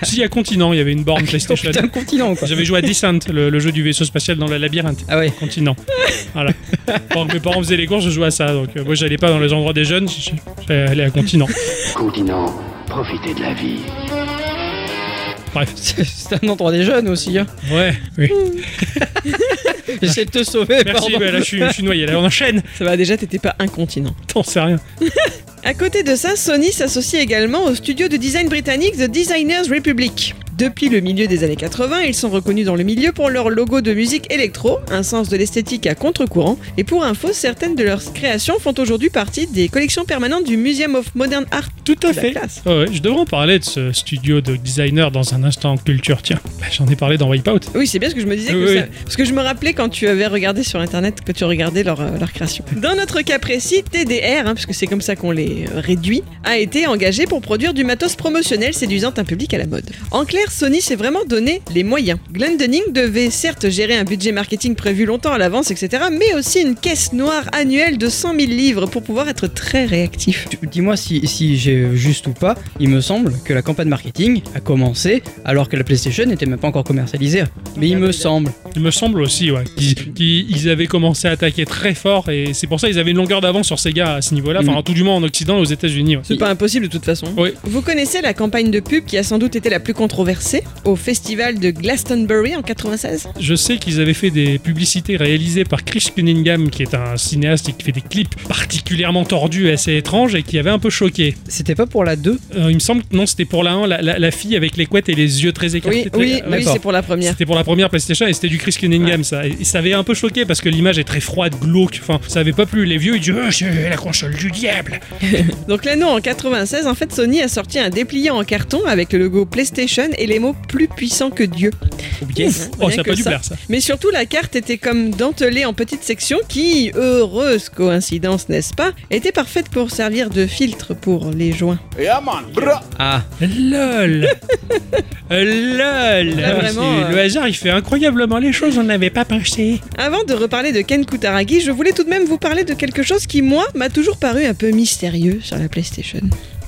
A: si, à Continent, il y avait une
C: Ah,
A: borne
B: Oh
A: PlayStation.
B: putain, continent quoi.
A: J'avais joué à Descent, le, le jeu du vaisseau spatial dans le labyrinthe.
B: Ah ouais.
A: Continent. Voilà. Pendant que mes parents faisaient les cours, je jouais à ça. Donc, euh, moi, j'allais pas dans les endroits des jeunes, j- j'allais à Continent.
G: Continent, profitez de la vie.
A: Bref.
B: C'est- C'est un endroit des jeunes aussi. Hein.
A: Ouais, oui.
B: J'essaie de te sauver.
A: Merci,
B: pardon.
A: bah, là, je suis, je suis noyé. Là, on enchaîne.
C: Ça va, déjà, t'étais pas incontinent.
A: T'en sais rien.
C: À côté de ça, Sony s'associe également au studio de design britannique The Designers Republic. Depuis le milieu des années 80, ils sont reconnus dans le milieu pour leur logo de musique électro, un sens de l'esthétique à contre-courant, et pour info, certaines de leurs créations font aujourd'hui partie des collections permanentes du Museum of Modern Art.
A: Tout à
C: La
A: fait.
C: classe.
A: Ouais, ouais, je devrais en parler de ce studio de designer dans un instant culture. Tiens, bah, j'en ai parlé dans Wipeout.
C: Oui, c'est bien ce que je me disais. Que
A: Oui,
C: ça- Parce que je me rappelais quand tu avais regardé sur internet que tu regardais leur, euh, leur création. Dans notre cas précis, TDR, hein, puisque c'est comme ça qu'on les euh, réduit, a été engagé pour produire du matos promotionnel séduisant un public à la mode. En clair, Sony s'est vraiment donné les moyens. Glendening devait certes gérer un budget marketing prévu longtemps à l'avance, etc., mais aussi une caisse noire annuelle de 100 000 livres pour pouvoir être très réactif.
B: Tu- Dis-moi si, si j'ai juste ou pas. Il me semble que la campagne marketing a commencé alors que la PlayStation n'était même pas encore
A: Ah,
B: commercialisée. Mais il me semble.
A: Il me semble aussi, ouais, qu'ils qu'ils- ils avaient commencé à attaquer très fort et c'est pour ça qu'ils avaient une longueur d'avance sur Sega à ce niveau-là, enfin
B: Mm.
A: tout du moins en Occident et aux États-Unis. ouais.
C: C'est pas impossible de toute façon.
A: Oui.
C: Vous connaissez la campagne de pub qui a sans doute été la plus controversée au festival de Glastonbury en 96
A: Je sais qu'ils avaient fait des publicités réalisées par Chris Cunningham, qui est un cinéaste et qui fait des clips particulièrement tordus et assez étranges et qui avait un peu choqué.
B: C'était pas pour la 2
A: Euh, il me semble que non, c'était pour la 1, la, la- la fille avec les couettes et les yeux très écartés.
C: Oui, oui,
A: Euh,
C: oui,
A: d'accord.
C: c'est pour la première.
A: C'était pour la première PlayStation et c'était du Chris Cunningham, ça. Et ça avait un peu choqué parce que l'image est très froide, glauque. Enfin, ça avait pas plu. Les vieux, ils disent Ah, c'est la console du diable.
C: Donc là, non, en 96, en fait, Sony a sorti un dépliant en carton avec le logo PlayStation et les mots plus puissants que Dieu.
A: Ouf. oh,
C: rien
A: ça a
C: que
A: pas dû
C: ça.
A: plaire, ça.
C: Mais surtout, la carte était comme dentelée en petites sections qui, heureuse coïncidence, n'est-ce pas, était parfaite pour servir de filtre pour les joints.
B: Ah,
A: LOL LOL
C: Là, vraiment,
A: C'est-
C: euh,
A: Le hasard, il fait incroyablement les choses, on n'avait pas pensé.
C: Avant de reparler de Ken Kutaragi, je voulais tout de même vous parler de quelque chose qui, moi, m'a toujours paru un peu mystérieux sur la PlayStation.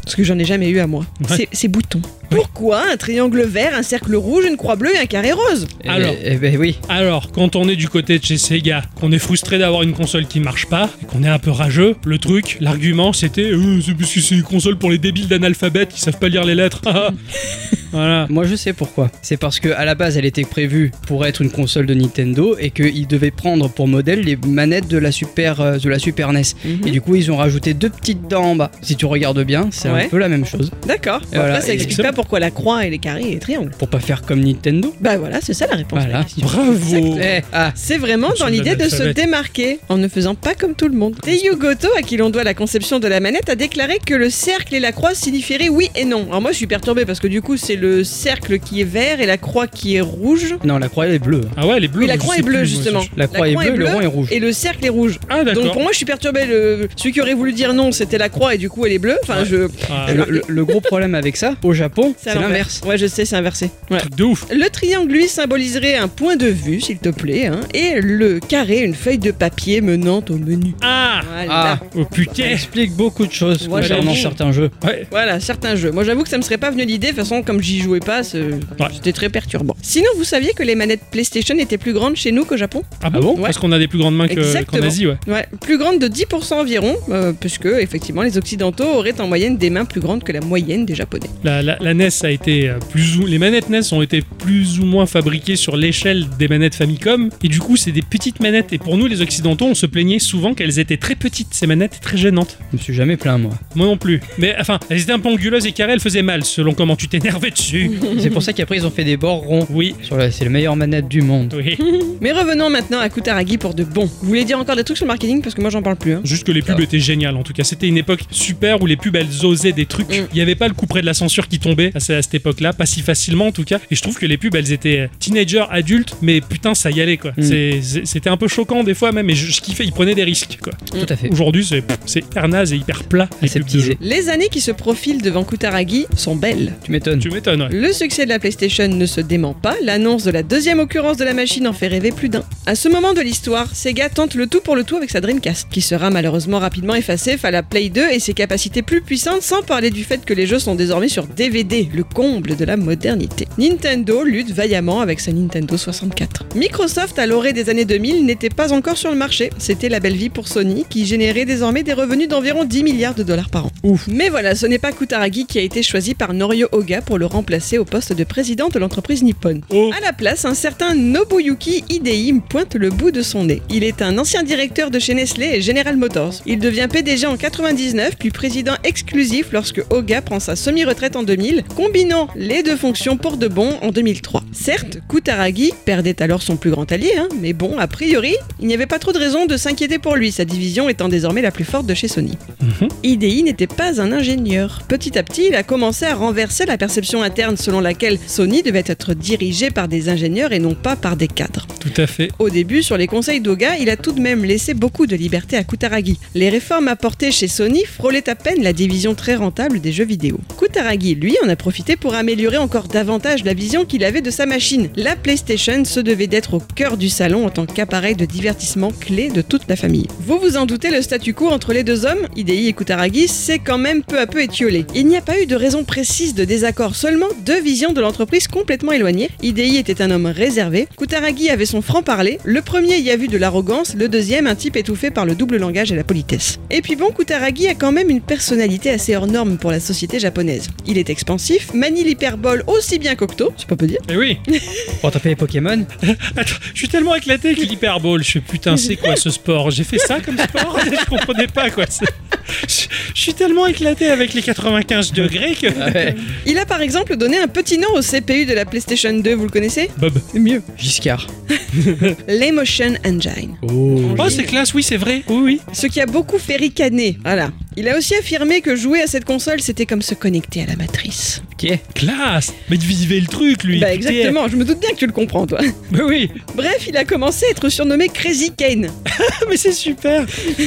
C: Parce que j'en ai jamais eu à moi.
A: Ouais.
C: Ces- Ces boutons. Pourquoi un triangle vert, un cercle rouge, une croix bleue et un carré rose
A: Alors.
B: Eh, eh ben oui.
A: Alors, quand on est du côté de chez Sega, qu'on est frustré d'avoir une console qui marche pas, et qu'on est un peu rageux, le truc, l'argument, c'était Euh, c'est parce que c'est une console pour les débiles d'analphabètes qui savent pas lire les lettres. voilà.
B: Moi je sais pourquoi. C'est parce que à la base elle était prévue pour être une console de Nintendo et qu'ils devaient prendre pour modèle les manettes de la Super, euh, de la Super NES. Et du coup ils ont rajouté deux petites dents en bas. Si tu regardes bien, c'est
C: Ouais.
B: un peu la même chose.
C: D'accord.
B: Et voilà,
C: Après, ça
B: et-
C: explique
A: Excellent.
C: pas pourquoi la croix et les carrés et les triangles.
B: Pour pas faire comme Nintendo.
C: Bah voilà, c'est ça la réponse.
B: Voilà.
A: Bravo
B: Eh, ah,
C: C'est vraiment
A: Monsieur
C: dans
A: le
C: l'idée de se
A: l'analphabète.
C: démarquer en ne faisant pas comme tout le monde. Teyu Goto, à qui l'on doit la conception de la manette, a déclaré que le cercle et la croix signifieraient oui et non. Alors moi je suis perturbée parce que du coup c'est le cercle qui est vert et la croix qui est rouge.
B: non la croix elle est bleue. hein.
A: Ah ouais, elle est bleue.
C: Oui, la
A: je
C: croix
A: sais
C: est bleue
A: plus,
C: justement.
A: moi,
B: La croix est bleue, le rond est rouge.
C: Et le cercle est rouge.
A: je- Ah
C: Donc
A: d'accord.
C: pour moi je suis perturbée. Le... Celui qui aurait voulu dire non c'était la croix et du coup elle est bleue. Enfin je.
A: Ah,
B: Et Le, le- le gros problème avec ça, au Japon,
C: C'est
B: c'est
C: à
B: l'inverse.
C: Ouais je sais c'est inversé. Ouais.
A: Truc de ouf.
C: Le triangle, lui, symboliserait un point de vue, s'il te plaît, hein, et le carré, une feuille de papier menant au menu.
A: Ah
C: Voilà.
B: Ah.
A: Oh
B: Ça
A: putain
B: explique beaucoup de choses
C: Voilà.
B: concernant
A: Bon.
B: certains jeux.
A: Ouais.
C: Voilà, certains jeux. Moi, j'avoue que ça me serait pas venu l'idée. De toute façon, comme j'y jouais pas, c'est- c'était très perturbant. Sinon, vous saviez que les manettes PlayStation étaient plus grandes chez nous qu'au Japon
A: Ah bon,
C: Ouais.
A: Parce qu'on a des plus grandes mains que- qu'en
C: Exactement.
A: Asie, ouais.
C: Ouais, plus grandes de 10% environ, euh, puisque, effectivement, les Occidentaux auraient en moyenne des mains plus grandes que la moyenne des Japonais.
A: La, la- la NES a été euh, plus ou les manettes NES ont été plus ou moins fabriquées sur l'échelle des manettes Famicom et du coup c'est des petites manettes et pour nous les occidentaux on se plaignait souvent qu'elles étaient très petites ces manettes très gênantes.
B: Je me suis jamais plaint moi.
A: Moi non plus. Mais enfin elles étaient un peu anguleuses et carrées elles faisaient mal selon comment tu t'énervais dessus.
B: c'est pour ça qu'après ils ont fait des bords ronds.
A: Oui.
B: Sur la- C'est la meilleure manette du monde.
A: Oui.
C: Mais revenons maintenant à Kutaragi pour de bon. Vous voulez dire encore des trucs sur le marketing Parce que moi, j'en parle plus. hein.
A: Juste que les pubs étaient géniales en tout cas. C'était une époque super où les pubs elles osaient des trucs.
C: Mm.
A: Il n'y avait pas le coup près de la censure qui tombait à ce- à cette époque-là, pas si facilement en tout cas. Et je trouve que les pubs elles étaient teenager, adultes, mais putain ça y allait quoi.
B: Mm.
A: C'est- c'est- C'était un peu choquant des fois même, et je, je kiffais, ils prenaient des risques quoi.
B: Tout à fait.
A: Aujourd'hui c'est pff, c'est hyper naze et hyper plat les pubs de jeu.
B: Aseptisé.
C: Les années qui se profilent devant Kutaragi sont belles.
B: Tu m'étonnes.
A: Tu m'étonnes. ouais.
C: Le succès de la PlayStation ne se dément pas, l'annonce de la deuxième occurrence de la machine en fait rêver plus d'un. À ce moment de l'histoire, Sega tente le tout pour le tout avec sa Dreamcast, qui sera malheureusement rapidement effacée face à la Play 2 et ses capacités plus puissantes, sans parler du fait que les jeux sont désormais sur DVD, le comble de la modernité. Nintendo lutte vaillamment avec sa Nintendo 64. Microsoft, à l'orée des années 2000, n'était pas encore sur le marché, c'était la belle vie pour Sony, qui générait désormais des revenus d'environ 10 milliards de dollars par an. Mais voilà, ce n'est pas Kutaragi qui a été choisi par Norio Oga pour le remplacer au poste de président de l'entreprise nippone.
A: Oh.
C: À la place, un certain Nobuyuki Hidei pointe le bout de son nez. Il est un ancien directeur de chez Nestlé et General Motors. Il devient PDG en 99, puis président exclusif lorsque Oga prend sa semi-retraite en 2000, combinant les deux fonctions pour de bon en 2003. Certes, Kutaragi perdait alors son plus grand allié, hein, mais bon, a priori, il n'y avait pas trop de raison de s'inquiéter pour lui, sa division étant désormais la plus forte de chez Sony. IDI n'était pas un ingénieur. Petit à petit, il a commencé à renverser la perception interne selon laquelle Sony devait être dirigée par des ingénieurs et non pas par des cadres.
A: Tout à fait.
C: Au début, sur les conseils d'Oga, il a tout de même laissé beaucoup de liberté à Kutaragi. Les réformes apportées chez Sony frôlaient à peine la division très rentable des jeux vidéo. Kutaragi, lui, en a profité pour améliorer encore davantage la vision qu'il avait de sa machine. La PlayStation se devait d'être au cœur du salon en tant qu'appareil de divertissement clé de toute la famille. Vous vous en doutez, le statu quo entre les deux hommes, Hidei et Kutaragi, s'est quand même peu à peu étiolé. Il n'y a pas eu de raison précise de désaccord, seulement deux visions de l'entreprise complètement éloignées. Hidei était un homme réservé, Kutaragi avait son franc-parler, le premier y a vu de l'arrogance, le deuxième un type étouffé par le double langage et la politesse. Et puis bon, Kutaragi a quand même une personnalité assez hors norme pour la société japonaise. Il est expansif, manie l'hyperbole aussi bien qu'Octo, c'est pas peu dire.
A: Et Eh oui.
B: Pour attraper les Oh, Pokémon,
A: Attends, je suis tellement éclaté avec l'hyperbole. Je suis putain, c'est quoi ce sport J'ai fait ça comme sport Je comprenais pas quoi. c'est- Je je suis tellement éclaté avec les 95 degrés que.
C: Il a par exemple exemple donner un petit nom au CPU de la PlayStation 2, vous le connaissez
A: Bob.
B: C'est mieux. Giscard.
C: L'Emotion Engine.
B: Oh.
A: Oh, c'est classe, oui, c'est vrai. Oui, oui.
C: Ce qui a beaucoup fait ricaner. Voilà. Il a aussi affirmé que jouer à cette console, c'était comme se connecter à la matrice.
B: Ok.
A: Classe. Mais il vivait le truc, lui.
C: bah
A: Putain.
C: exactement, je me doute bien que tu le comprends, toi.
A: Bah oui.
C: Bref, il a commencé à être surnommé Crazy Kane.
A: Ah, mais c'est super.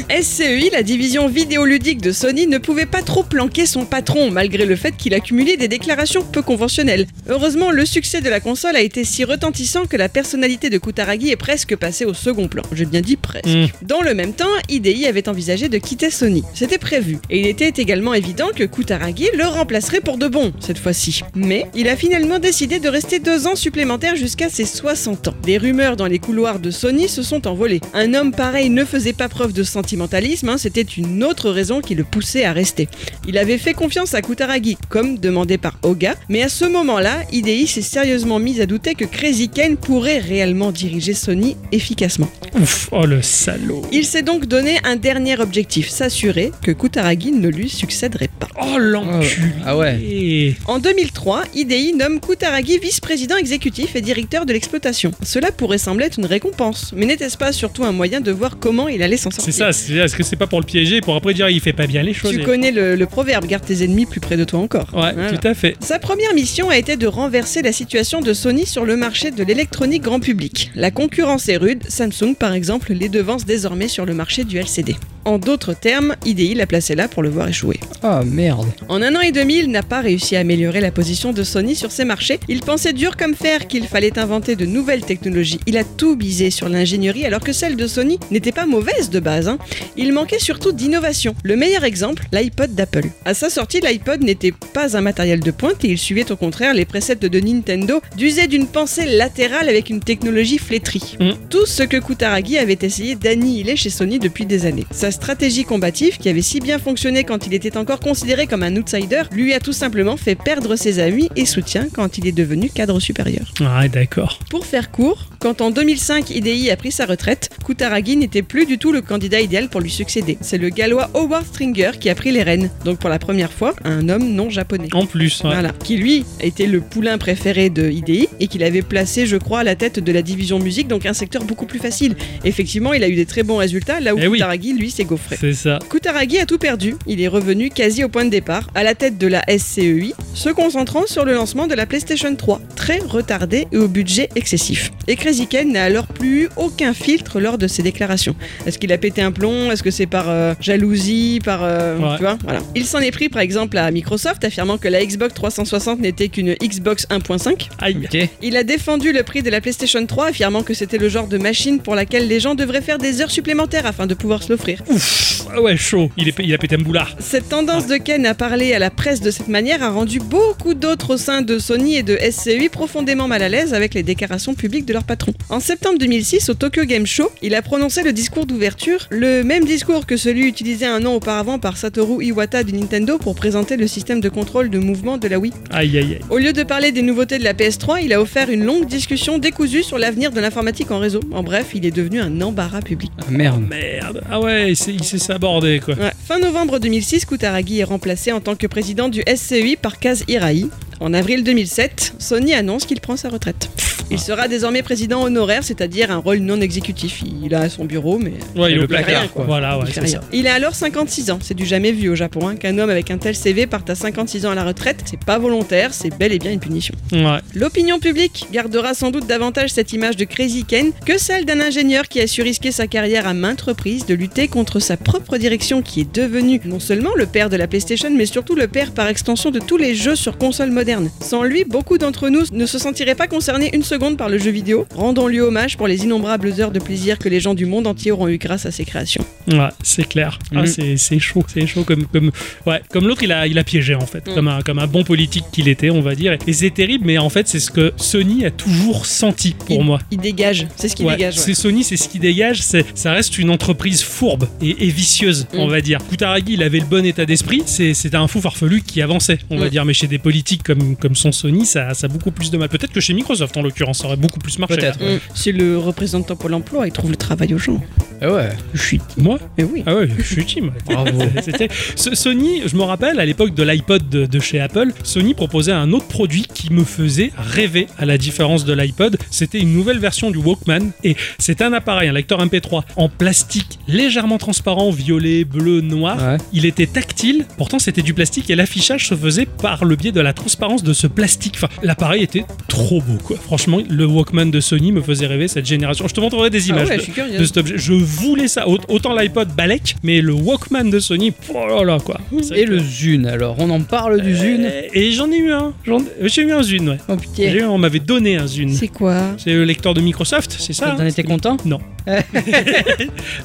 C: SCEI, la division vidéoludique de Sony, ne pouvait pas trop planquer son patron, malgré le fait qu'il accumulait des déclarations peu conventionnelles. Heureusement, le succès de la console a été si retentissant que la personnalité de Kutaragi est presque passée au second plan. J'ai bien dit presque.
A: Mm.
C: Dans le même temps, IDI avait envisagé de quitter Sony. C'était prévu. Et il était également évident que Kutaragi le remplacerait pour de bon, cette fois-ci. Mais il a finalement décidé de rester deux ans supplémentaires jusqu'à ses 60 ans. Des rumeurs dans les couloirs de Sony se sont envolées. Un homme pareil ne faisait pas preuve de sentimentalisme, hein, c'était une autre raison qui le poussait à rester. Il avait fait confiance à Kutaragi, comme demandé par Oga, mais à ce moment-là, IDI s'est sérieusement mise à douter que Crazy Ken pourrait réellement diriger Sony efficacement.
A: Ouf. Oh, le salaud.
C: Il s'est donc donné un dernier objectif, s'assurer que Kutaragi ne lui succéderait pas.
A: Oh, l'enculé.
B: Ah ouais.
C: En 2003, IDI nomme Kutaragi vice-président exécutif et directeur de l'exploitation. Cela pourrait sembler être une récompense, mais n'était-ce pas surtout un moyen de voir comment il allait s'en sortir
A: C'est ça, c'est est-ce que c'est pas pour le piéger, pour après dire il fait pas bien les choses
C: Tu
A: et-
C: connais le, le proverbe, garde tes ennemis plus près de toi encore.
A: Ouais,
C: Voilà.
A: tout à fait.
C: Sa première mission a été de renverser la situation de Sony sur le marché de l'électronique grand public. La concurrence est rude, Samsung par exemple les devance désormais sur le marché du LCD. En d'autres termes, IDI l'a placé là pour le voir échouer.
B: Ah merde.
C: En un an et demi, il n'a pas réussi à améliorer la position de Sony sur ses marchés. Il pensait dur comme fer qu'il fallait inventer de nouvelles technologies. Il a tout misé sur l'ingénierie alors que celle de Sony n'était pas mauvaise de base. hein. Il manquait surtout d'innovation. Le meilleur exemple, l'iPod d'Apple. À sa sortie, l'iPod n'était pas un matériel de pointe et il suivait au contraire les préceptes de Nintendo d'user d'une pensée latérale avec une technologie flétrie.
A: Mm.
C: Tout ce que Kutaragi avait essayé d'annihiler chez Sony depuis des années. Sa stratégie combative, qui avait si bien fonctionné quand il était encore considéré comme un outsider, lui a tout simplement fait perdre ses amis et soutien quand il est devenu cadre supérieur.
A: Ah, d'accord.
C: Pour faire court, quand en 2005 IDI a pris sa retraite, Kutaragi n'était plus du tout le candidat idéal pour lui succéder. C'est le gallois Howard Stringer qui a pris les rênes, donc pour la première fois, un homme non japonais.
A: En plus, ouais.
C: Voilà, qui lui était le poulain préféré de IDI et qu'il avait placé, je crois, à la tête de la division musique, donc un secteur beaucoup plus facile. Effectivement, il a eu des très bons résultats, là où
A: Eh oui.
C: Kutaragi, lui, s'est gaufré.
A: c'est ça.
C: Kutaragi a tout perdu, il est revenu quasi au point de départ, à la tête de la SCEI, se concentrant sur le lancement de la PlayStation 3, très retardé et au budget excessif. Et Crazy Ken n'a alors plus eu aucun filtre lors de ses déclarations. Est-ce qu'il a pété un plomb Est-ce que c'est par euh, jalousie Par. euh,
A: Ouais.
C: Tu vois Voilà. Il s'en est pris par exemple à Microsoft, affirmant que la Xbox 360 n'était qu'une Xbox 1.5.
A: Aïe.
B: Ok.
C: Il a défendu le prix de la PlayStation 3, affirmant que c'était le genre de machine pour laquelle les gens devraient faire des heures supplémentaires afin de pouvoir se l'offrir.
A: Ouf. Ah ouais, chaud. Il, est, il a pété un boulard.
C: Cette tendance de Ken à parler à la presse de cette manière a rendu beaucoup d'autres au sein de Sony et de SCI profondément mal à l'aise avec les déclarations publiques de leur patron. En septembre 2006, au Tokyo Game Show, il a prononcé le discours d'ouverture, le même discours que celui utilisé un an auparavant par Satoru Iwata de Nintendo pour présenter le système de contrôle de mouvement de la Wii.
A: Aïe, aïe, aïe.
C: Au lieu de parler des nouveautés de la PS3, il a offert une longue discussion décousue sur l'avenir de l'informatique en réseau. En bref, il est devenu un embarras public.
B: Ah merde.
A: Merde. Ah ouais, il s'est il s'est sabordé, quoi.
C: Ouais. Fin novembre 2006, Kutaragi est remplacé en tant que président du SCI par Kaz Hirai. En avril 2007, Sony annonce qu'il prend sa retraite.
A: Ah.
C: Il sera désormais président honoraire, c'est-à-dire un rôle non exécutif. Il a son bureau, mais
A: Ouais, il est
B: Le
A: au placard,
B: placard, quoi.
A: Voilà, ouais,
C: il fait
A: c'est
C: rien.
A: ça.
C: Il a alors 56 ans. C'est du jamais vu au Japon hein, qu'un homme avec un tel CV parte à 56 ans à la retraite. C'est pas volontaire, c'est bel et bien une punition.
A: Ouais.
C: L'opinion publique gardera sans doute davantage cette image de Crazy Ken que celle d'un ingénieur qui a su risquer sa carrière à maintes reprises de lutter contre sa propre direction qui est devenue non seulement le père de la PlayStation mais surtout le père par extension de tous les jeux sur console moderne. Sans lui, beaucoup d'entre nous ne se sentiraient pas concernés une seconde par le jeu vidéo. Rendons-lui hommage pour les innombrables heures de plaisir que les gens du monde entier auront eu grâce à ses créations.
A: Ouais, c'est clair. Ah,
B: Mhm.
A: c'est c'est chaud. C'est chaud comme, comme, ouais, comme l'autre, il a, il a piégé en fait,
C: Mm.
A: comme, un, comme un bon politique qu'il était, on va dire. Et c'est terrible, mais en fait, c'est ce que Sony a toujours senti pour
C: Il-
A: moi.
C: Il dégage, c'est ce qu'il
A: Ouais,
C: dégage. ouais.
A: C'est Sony, c'est ce qui dégage. c'est- Ça reste une entreprise fourbe et, et vicieuse, on
C: Mm.
A: va dire. Kutaragi, il avait le bon état d'esprit. c'est- C'était un fou farfelu qui avançait, on va
C: Mm.
A: dire. Mais chez des politiques comme, comme son Sony, ça, ça a beaucoup plus de mal. Peut-être que chez Microsoft, en l'occurrence, ça aurait beaucoup plus marché.
B: Peut-être.
C: Mm. C'est le représentant Pôle emploi, il trouve le travail aux gens.
B: Ah ouais.
C: Je suis.
A: Moi
C: Mais oui.
A: Ah ouais, je suis team.
B: Eh Bravo.
A: C'était- Ce- Sony, je me rappelle, à l'époque de l'iPod de, de chez Apple, Sony proposait un autre produit qui me faisait rêver, à la différence de l'iPod. C'était une nouvelle version du Walkman et c'est un appareil, un lecteur MP3 en plastique légèrement transparent, violet, bleu, noir.
B: Ouais.
A: Il était tactile, pourtant c'était du plastique et l'affichage se faisait par le biais de la transparence de ce plastique. Enfin, l'appareil était trop beau quoi. Franchement, le Walkman de Sony me faisait rêver cette génération. Je te montrerai des
B: Ah
A: images.
B: ouais,
A: de-
B: je suis
A: de
B: curieux.
A: cet objet. Je voulais ça. Aut- Autant l'iPod balèque, mais le Walkman de Sony, oh là là quoi. C'est vrai
B: Et
A: que-
B: le Zune alors, on en parle du Zune.
A: Euh, Et j'en ai eu un. J'en- J'ai eu un Zune, ouais.
B: Oh
A: J'ai
B: putain.
A: eu un- on m'avait donné un Zune.
C: C'est quoi
A: C'est le lecteur de Microsoft, c'est ça
B: T'en
A: hein
B: étais content
A: Non. Ça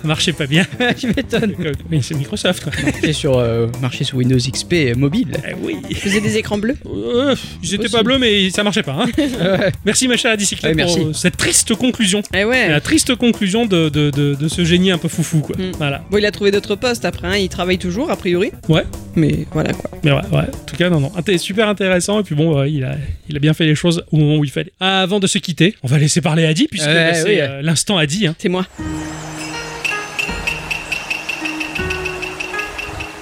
A: marchait pas bien.
B: Je m'étonne.
A: Oui, c'est Microsoft. quoi.
B: Marché sur, euh, marché sur Windows XP euh, mobile.
A: Eh oui.
C: Je faisais des écrans bleus
A: Euh, ils étaient
B: Possible.
A: pas bleus, mais ça marchait pas. hein.
B: Ouais.
A: Merci, Macha à
B: Ouais, merci.
A: pour euh, cette triste conclusion.
C: Eh ouais.
A: La triste conclusion de, de- de- de ce génie un peu foufou, quoi.
C: Mm.
A: Voilà.
C: Bon, il a trouvé d'autres postes après, hein, il travaille toujours, a priori.
A: Ouais.
C: Mais voilà quoi.
A: Mais ouais, ouais. En tout cas, non, non. Inté- super intéressant. Et puis bon, ouais, il, a, il a bien fait les choses au moment où il fallait. Ah, Avant de se quitter, on va laisser parler Adi, puisque
B: Ouais,
A: bah, c'est
B: oui.
A: euh, l'instant Adi. Hein.
C: C'est moi.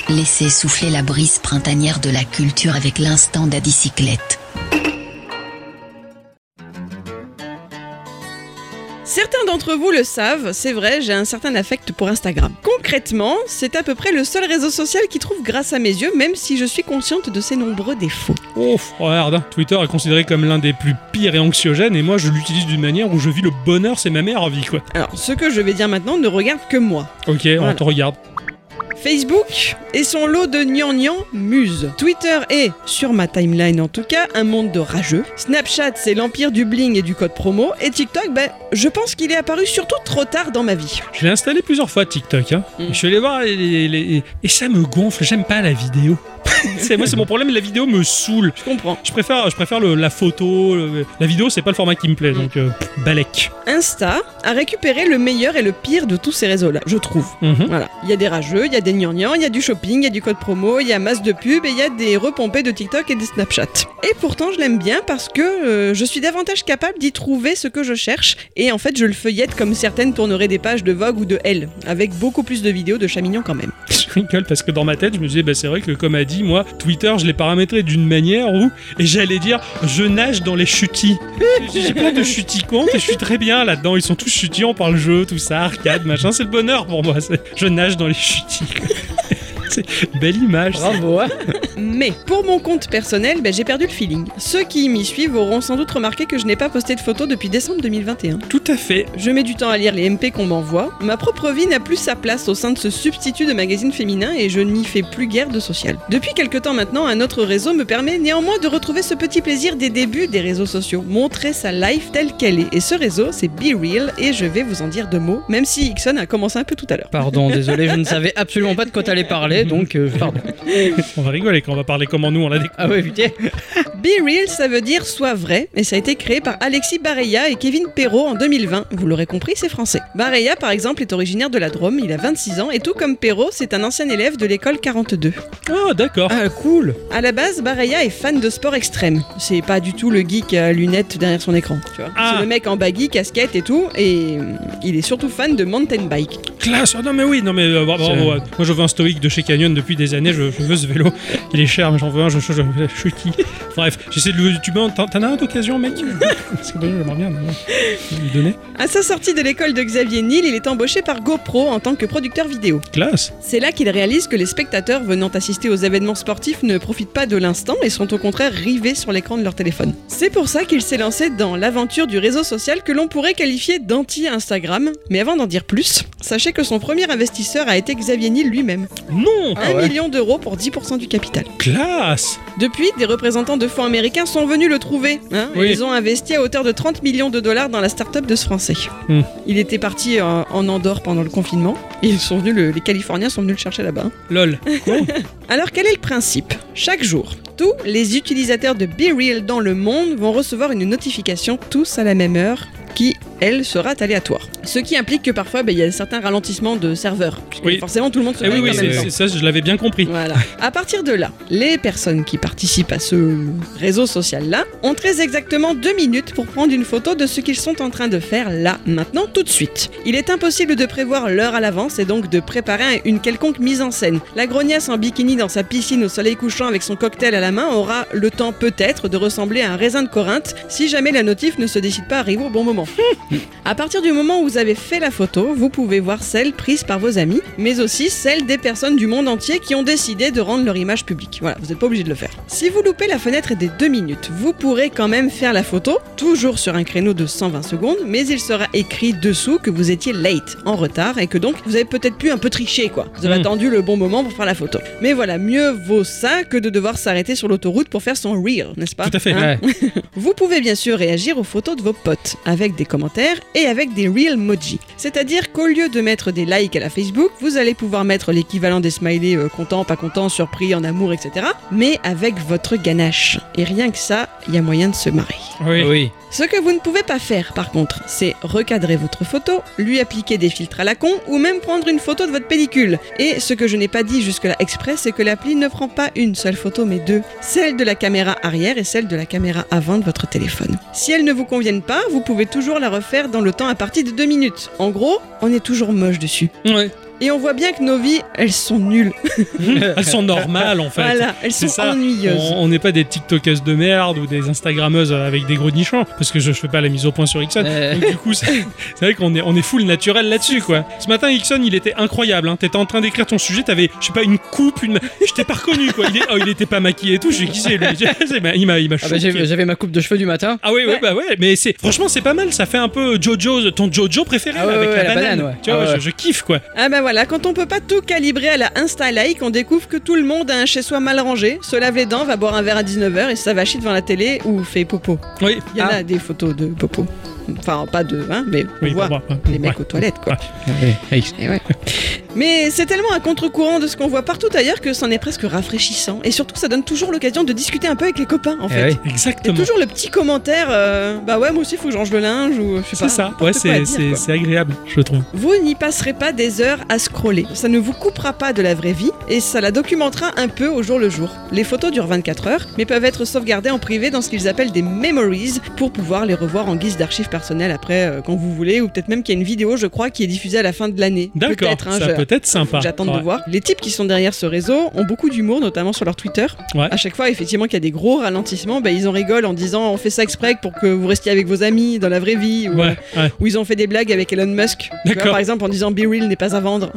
H: Laissez souffler la brise printanière de la culture avec l'instant d'Adicyclette.
C: Certains d'entre vous le savent, c'est vrai, j'ai un certain affect pour Instagram. Concrètement, c'est à peu près le seul réseau social qui trouve grâce à mes yeux, même si je suis consciente de ses nombreux défauts.
A: Ouf, regarde, hein. Twitter est considéré comme l'un des plus pires et anxiogènes, et moi je l'utilise d'une manière où je vis le bonheur, c'est ma meilleure vie, quoi.
C: Alors, ce que je vais dire maintenant ne regarde que moi.
A: Ok, on
C: Voilà.
A: te regarde.
C: Facebook et son lot de gnangnan muse. Twitter est, sur ma timeline en tout cas, un monde de rageux. Snapchat, c'est l'empire du bling et du code promo. Et TikTok, ben, je pense qu'il est apparu surtout trop tard dans ma vie.
A: Je l'ai installé plusieurs fois, TikTok. Hein.
C: Mm.
A: Je suis allé voir, et, et- et- et ça me gonfle, j'aime pas la vidéo. c'est, moi, c'est mon problème, la vidéo me saoule.
C: Je comprends.
A: Je préfère, je préfère le- la photo, le- la vidéo, c'est pas le format qui me plaît, donc euh, pff, balèque.
C: Insta a récupéré le meilleur et le pire de tous ces réseaux-là, je trouve.
A: Mhm.
C: Voilà, il y a des rageux, il y a des gnangnans, il y a du shopping, il y a du code promo, il y a masse de pubs et il y a des repompés de TikTok et des Snapchat. Et pourtant, je l'aime bien parce que euh, je suis davantage capable d'y trouver ce que je cherche et en fait, je le feuillette comme certaines tourneraient des pages de Vogue ou de Elle, avec beaucoup plus de vidéos de Chamignon quand même.
A: Je rigole parce que dans ma tête, je me disais, bah, c'est vrai que comme a dit, moi, Twitter, je l'ai paramétré d'une manière où, et j'allais dire, je nage dans les chutis. J'ai j'ai plein de chutis comptes et je suis très bien là-dedans. Ils sont tous chutis, on parle jeu, tout ça, arcade, machin. C'est le bonheur pour moi. c'est- Je nage dans les chutis. C'est une belle image. ça.
B: Bravo. hein.
C: Mais pour mon compte personnel, ben, j'ai perdu le feeling. Ceux qui m'y suivent auront sans doute remarqué que je n'ai pas posté de photos depuis décembre 2021.
A: Tout à fait.
C: Je mets du temps à lire les MP qu'on m'envoie. Ma propre vie n'a plus sa place au sein de ce substitut de magazine féminin et je n'y fais plus guère de social. Depuis quelque temps maintenant, un autre réseau me permet néanmoins de retrouver ce petit plaisir des débuts des réseaux sociaux, montrer sa life telle qu'elle est. Et ce réseau, c'est Be Real et je vais vous en dire deux mots, même si Ixon a commencé un peu tout à l'heure.
B: Pardon, désolé, je ne savais absolument pas de quoi t'allais parler, donc euh, pardon.
A: On va rigoler quand on va parler comment nous on l'a découvert.
B: Ah ouais, putain.
C: Be Real, ça veut dire soit vrai, et ça a été créé par Alexis Barreya et Kevin Perrault en 2020. Vous l'aurez compris, c'est français. Barreya, par exemple, est originaire de la Drôme, il a 26 ans, et tout comme Perrault, c'est un ancien élève de l'école 42.
A: Ah, d'accord.
B: Ah cool.
C: À la base, Baraya est fan de sport extrême. C'est pas du tout le geek à lunettes derrière son écran, tu vois.
A: Ah.
C: C'est le mec en baggy, casquette et tout, et euh, il est surtout fan de mountain bike.
A: Classe. Ah, non, mais oui, non, mais euh, bravo,
B: C'est-
A: bravo, ouais. Moi, je veux un stoïque de chez Canyon depuis des années. Je, je veux ce vélo. Il est cher, mais j'en veux un. Je, je, je, je suis qui Bref, j'essaie de le. Tu peux en- t'en t'en as un d'occasion, mec Parce que bon, j'aimerais bien mais bon, lui donner.
C: À sa sortie de l'école de Xavier Niel, il est embauché par GoPro en tant que producteur vidéo.
A: Classe.
C: C'est là qu'il réalise que les spectateurs venant assister aux événements sportifs ne profitent pas de l'instant et sont au contraire rivés sur l'écran de leur téléphone. C'est pour ça qu'il s'est lancé dans l'aventure du réseau social que l'on pourrait qualifier d'anti-Instagram. Mais avant d'en dire plus, sachez que son premier investisseur a été Xavier Niel lui-même.
A: Non
C: 1 million d'euros pour 10% du capital.
A: Classe
C: Depuis, des représentants de fonds américains sont venus le trouver. hein, et
A: Oui.
C: Ils ont investi à hauteur de 30 millions de dollars dans la start-up de ce Français.
A: Hmm.
C: Il était parti euh, en Andorre pendant le confinement. Et ils sont venus, le- les Californiens sont venus le chercher là-bas.
A: Lol. Eh
C: Alors quel est le principe Chaque jour, tous les utilisateurs de BeReal dans le monde vont recevoir une notification tous à la même heure qui elle, sera aléatoire. Ce qui implique que parfois, ben, il y a certains ralentissements de serveurs. puisque
A: Oui.
C: Forcément, tout le monde se
A: Eh oui,
C: connecte
A: oui,
C: en même
A: c'est-
C: temps.
A: c'est- ça, je l'avais bien compris.
C: Voilà. À partir de là, les personnes qui participent à ce réseau social-là ont très exactement deux minutes pour prendre une photo de ce qu'ils sont en train de faire là, maintenant, tout de suite. Il est impossible de prévoir l'heure à l'avance et donc de préparer une quelconque mise en scène. La grognasse en bikini dans sa piscine au soleil couchant avec son cocktail à la main aura le temps peut-être de ressembler à un raisin de Corinthe si jamais la notif ne se décide pas à arriver au bon moment. À partir du moment où vous avez fait la photo, vous pouvez voir celle prise par vos amis, mais aussi celle des personnes du monde entier qui ont décidé de rendre leur image publique. Voilà, vous n'êtes pas obligé de le faire. Si vous loupez la fenêtre des deux minutes, vous pourrez quand même faire la photo, toujours sur un créneau de 120 secondes, mais il sera écrit dessous que vous étiez late, en retard, et que donc vous avez peut-être pu un peu tricher, quoi. Vous avez
A: Mm.
C: attendu le bon moment pour faire la photo. Mais voilà, mieux vaut ça que de devoir s'arrêter sur l'autoroute pour faire son reel, n'est-ce pas
A: Tout à fait.
C: Hein vous pouvez bien sûr réagir aux photos de vos potes avec des commentaires et avec des real moji. C'est-à-dire qu'au lieu de mettre des likes à la Facebook, vous allez pouvoir mettre l'équivalent des smileys euh, content, pas content, surpris, en amour, etc. Mais avec votre ganache. Et rien que ça, il y a moyen de se marrer.
A: Oui.
B: Oui.
C: Ce que vous ne pouvez pas faire par contre, c'est recadrer votre photo, lui appliquer des filtres à la con ou même prendre une photo de votre pellicule. Et ce que je n'ai pas dit jusque-là exprès, c'est que l'appli ne prend pas une seule photo mais deux, celle de la caméra arrière et celle de la caméra avant de votre téléphone. Si elles ne vous conviennent pas, vous pouvez toujours la refaire dans le temps à partir de deux minutes. En gros, on est toujours moche dessus.
A: Ouais.
C: Et on voit bien que nos vies, elles sont nulles.
A: Elles sont normales en fait.
C: voilà, elles
A: c'est
C: sont
A: ça.
C: ennuyeuses.
A: On on n'est pas des TikTokeuses de merde ou des Instagrammeuses avec des gros nichons, parce que je, je fais pas la mise au point sur Ixon.
B: Euh.
A: Donc, du coup, c'est c'est vrai qu'on est, on est full naturel là-dessus, quoi. Ce matin, Ixon, il était incroyable. Hein. T'étais en train d'écrire ton sujet, t'avais, je sais pas, une coupe, une. Je t'ai pas reconnu, quoi. Il, est- oh, il était pas maquillé et tout. J'ai qui c'est lui C'est- bah, Il m'a, il m'a
B: Ah bah,
A: choqué.
B: j'ai- J'avais ma coupe de cheveux du matin.
A: Ah oui, oui, bah ouais, mais c'est franchement c'est pas mal, ça fait un peu Jojo, ton Jojo préféré
B: Ah
A: là,
B: ouais,
A: avec
B: ouais,
A: la,
B: la
A: banane.
B: banane, ouais.
A: Tu vois,
B: Ah ouais.
A: je, je kiffe quoi.
C: Ah ben voilà, quand on peut pas tout calibrer à la Insta-like, on découvre que tout le monde a un chez-soi mal rangé, se lave les dents, va boire un verre à 19h et ça va chier devant la télé ou fait popo.
A: Oui,
C: Il y en
B: Ah.
C: a des photos de popo. Enfin, pas de, hein, mais on
A: oui,
C: voit
A: bon, bon,
C: les
A: ouais.
C: mecs aux toilettes, quoi.
B: Ouais.
C: Et ouais. mais c'est tellement à contre-courant de ce qu'on voit partout ailleurs que c'en est presque rafraîchissant. Et surtout, ça donne toujours l'occasion de discuter un peu avec les copains, en
B: Eh
C: fait.
B: oui.
C: Et
A: Exactement.
C: toujours le petit commentaire, euh, bah ouais, moi aussi, faut que je range le linge ou je sais pas.
A: C'est ça,
C: n'importe
A: ouais,
C: quoi
A: c'est
C: à dire,
A: c'est-
C: quoi.
A: c'est agréable, je trouve.
C: Vous n'y passerez pas des heures à scroller. Ça ne vous coupera pas de la vraie vie et ça la documentera un peu au jour le jour. Les photos durent 24 heures mais peuvent être sauvegardées en privé dans ce qu'ils appellent des memories pour pouvoir les revoir en guise d'archives personnelles après euh, quand vous voulez ou peut-être même qu'il y a une vidéo je crois qui est diffusée à la fin de l'année.
A: D'accord,
C: Peut-être, hein,
A: ça
C: je-
A: peut être sympa.
C: J'attends
A: Ouais.
C: de voir. Les types qui sont derrière ce réseau ont beaucoup d'humour, notamment sur leur Twitter.
A: Ouais.
C: À chaque fois, effectivement, qu'il y a des gros ralentissements, bah, ils en rigolent en disant on fait ça exprès pour que vous restiez avec vos amis dans la vraie vie. ou, euh,
A: Ouais, ouais.
C: où ils ont fait des blagues avec Elon Musk. Tu vois,
A: D'accord.
C: par exemple, en disant Be Real n'est pas à vendre.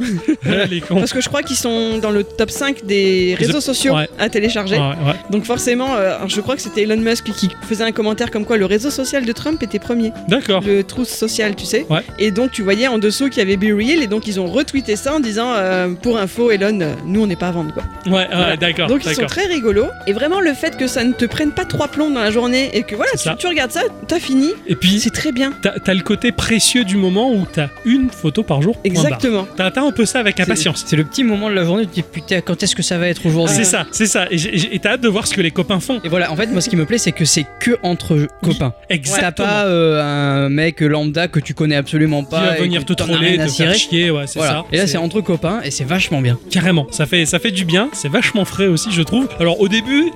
A: les cons.
C: Parce que je crois qu'ils sont dans le top 5 des
A: Ils-
C: réseaux sociaux
A: ouais.
C: à télécharger.
A: Ouais, ouais.
C: Donc forcément, euh, alors je crois que c'était Elon Musk qui faisait un commentaire comme quoi le réseau social de Trump était premier.
A: D'accord.
C: Le trousse social, tu sais.
A: Oh. Ouais.
C: Et donc tu voyais en dessous qu'il y avait Be Real et donc ils ont retweeté ça en disant euh, pour info, Elon, euh, nous on n'est pas à vendre quoi.
A: Ouais, ouais,
C: Voilà.
A: d'accord.
C: Donc ils sont
A: Ah, d'accord.
C: très rigolos. Et vraiment le fait que ça ne te prenne pas trois plombs dans la journée et que voilà,
A: C'est
C: tu,
A: ça.
C: tu regardes ça, t'as fini,
A: Et puis,
C: c'est très bien.
A: t'as t'as le côté précieux du moment où t'as une photo par jour. point barre.
C: Exactement.
A: T'as t'as un peu ça avec impatience.
B: C'est- C'est le petit moment de la journée où tu te dis putain, quand est-ce que ça va être aujourd'hui
A: C'est ça, c'est ça. Et j'ai- j'ai- et t'as hâte de voir ce que les copains font.
B: Et voilà, en fait, moi ce qui me plaît, c'est que c'est que entre copains. T'as
A: Exactement.
B: pas euh, un mec lambda que tu connais absolument
A: Qui va
B: pas. et
A: venir
B: que
A: te
B: t'en as
A: troller,
B: rien à
A: te faire
B: cirer.
A: chier, ouais, c'est
B: Voilà.
A: ça.
B: Et là, c'est entre copains et c'est vachement bien.
A: Carrément, ça fait, ça fait du bien, c'est vachement frais aussi, je trouve. Alors au début,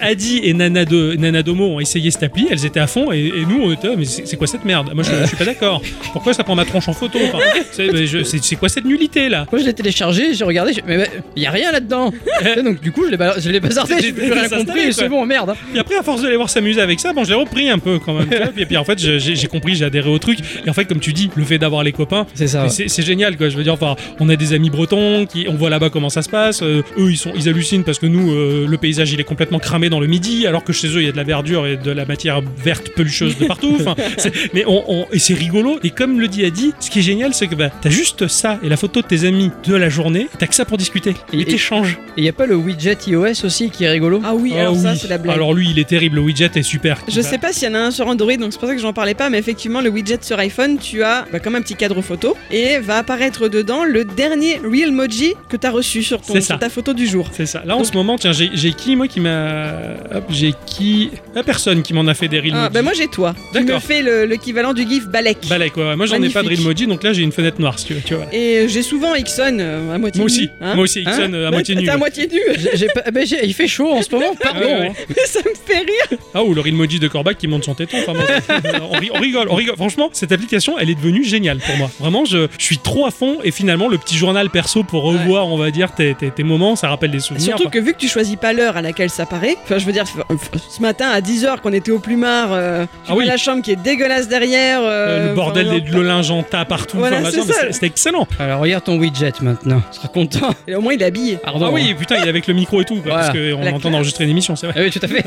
A: Adi et Nana, de, Nana Domo ont essayé cette appli, elles étaient à fond, et, et nous on était, Ah, mais c'est c'est quoi cette merde Moi je, je suis pas d'accord. Pourquoi ça prend ma tronche en photo Enfin, c'est mais je- c'est- c'est quoi cette nullité là
B: Moi, je l'ai téléchargé, j'ai regardé, j'ai- mais bah, y a rien là-dedans. Tu sais, Donc du coup, je l'ai bala- je l'ai bazardé, j'ai plus rien
A: Désinstallé, quoi.
B: compris, c'est bon, merde. hein.
A: Et après, à force de les voir s'amuser avec ça, bon, je l'ai repris un peu quand même. tu vois. Et puis, et puis, en fait, j'ai- j'ai j'ai compris, j'ai adhéré au truc. Et en fait, comme tu dis, le fait d'avoir les copains,
B: C'est ça.
C: Ah
A: Mais C'est c'est génial quoi, je veux dire, enfin, on a des amis bretons, qui, on voit là-bas comment ça se passe, euh, eux ils, sont, ils hallucinent parce que nous, euh, le paysage il est complètement cramé dans le midi, alors que chez eux il y a de la verdure et de la matière verte pelucheuse de partout, Enfin, c'est- mais on, on- et c'est rigolo, et comme le dit Adi, ce qui est génial c'est que bah, t'as juste ça et la photo de tes amis de la journée, t'as que ça pour discuter,
B: Et-
A: et
B: et-
A: t'échanges.
B: Et y a pas le widget iOS aussi qui est rigolo
C: Ah oui,
A: Ah
C: alors ça
A: oui.
C: c'est la blague.
A: Alors lui il est terrible, le widget est super. Bah,
C: Je sais pas s'il y en a un sur Android, donc c'est pour ça que j'en parlais pas, mais effectivement, le widget sur iPhone, tu as bah, comme un petit cadre photo et va apparaître dedans le dernier Real Moji que t'as reçu sur, ton,
A: C'est ça.
C: sur ta photo du jour.
A: C'est ça. Là, en ce moment, tiens, j'ai j'ai qui, moi, qui m'a. Hop, j'ai qui. La personne qui m'en a fait des reels
C: Ah,
A: Moji.
C: bah moi j'ai toi. Tu me
A: D'accord.
C: fais le- l'équivalent du gif Balek.
A: Balek, Bah, ouais, ouais. Moi, j'en ai pas de reel
C: Magnifique.
A: Moji, donc là, j'ai une fenêtre noire, si tu veux. Tu vois, voilà.
C: Et j'ai souvent Ixon euh, à moitié
A: Moi
C: nu,
A: aussi.
C: hein.
A: Moi aussi, Ixon, euh, à
C: Bah,
A: moitié
C: t'es
A: nu.
C: à moitié nu.
B: J'ai- j'ai pas- ah, mais j'ai- il fait chaud en ce moment,
A: Ah, ouais,
B: pardon.
A: ouais.
C: Mais ça me fait rire.
A: Ah, ou le reel Moji de Corbac qui monte son téton. Enfin, bon, c'est- on, ri- on rigole, on rigole. Franchement, cette application, elle est devenue géniale pour moi. Vraiment, je, je suis trop à fond. Et finalement, le petit journal perso pour revoir, on va dire, tes, tes- tes moments, ça rappelle des souvenirs.
C: Surtout que vu que tu choisis pas l'heure à laquelle ça paraît, enfin je veux dire, f- f- ce matin à 10h qu'on était au plumard, euh, tu
A: Ah
C: vois
A: oui.
C: la chambre qui est dégueulasse derrière.
A: Euh, le bordel,
C: des
A: des, le linge en tas partout.
C: Voilà,
A: enfin,
C: c'est
A: machin, mais
C: ça.
A: c'est- C'était excellent.
B: Alors regarde ton widget maintenant. Tu seras content.
C: Au moins il est habillé.
B: Pardon.
A: ah oui,
B: hein.
A: putain, il est avec le micro et tout, quoi, parce
B: Voilà.
A: qu'on
C: La
A: entend
C: classe.
A: d'enregistrer une émission, c'est vrai.
B: Ah oui, tout à fait.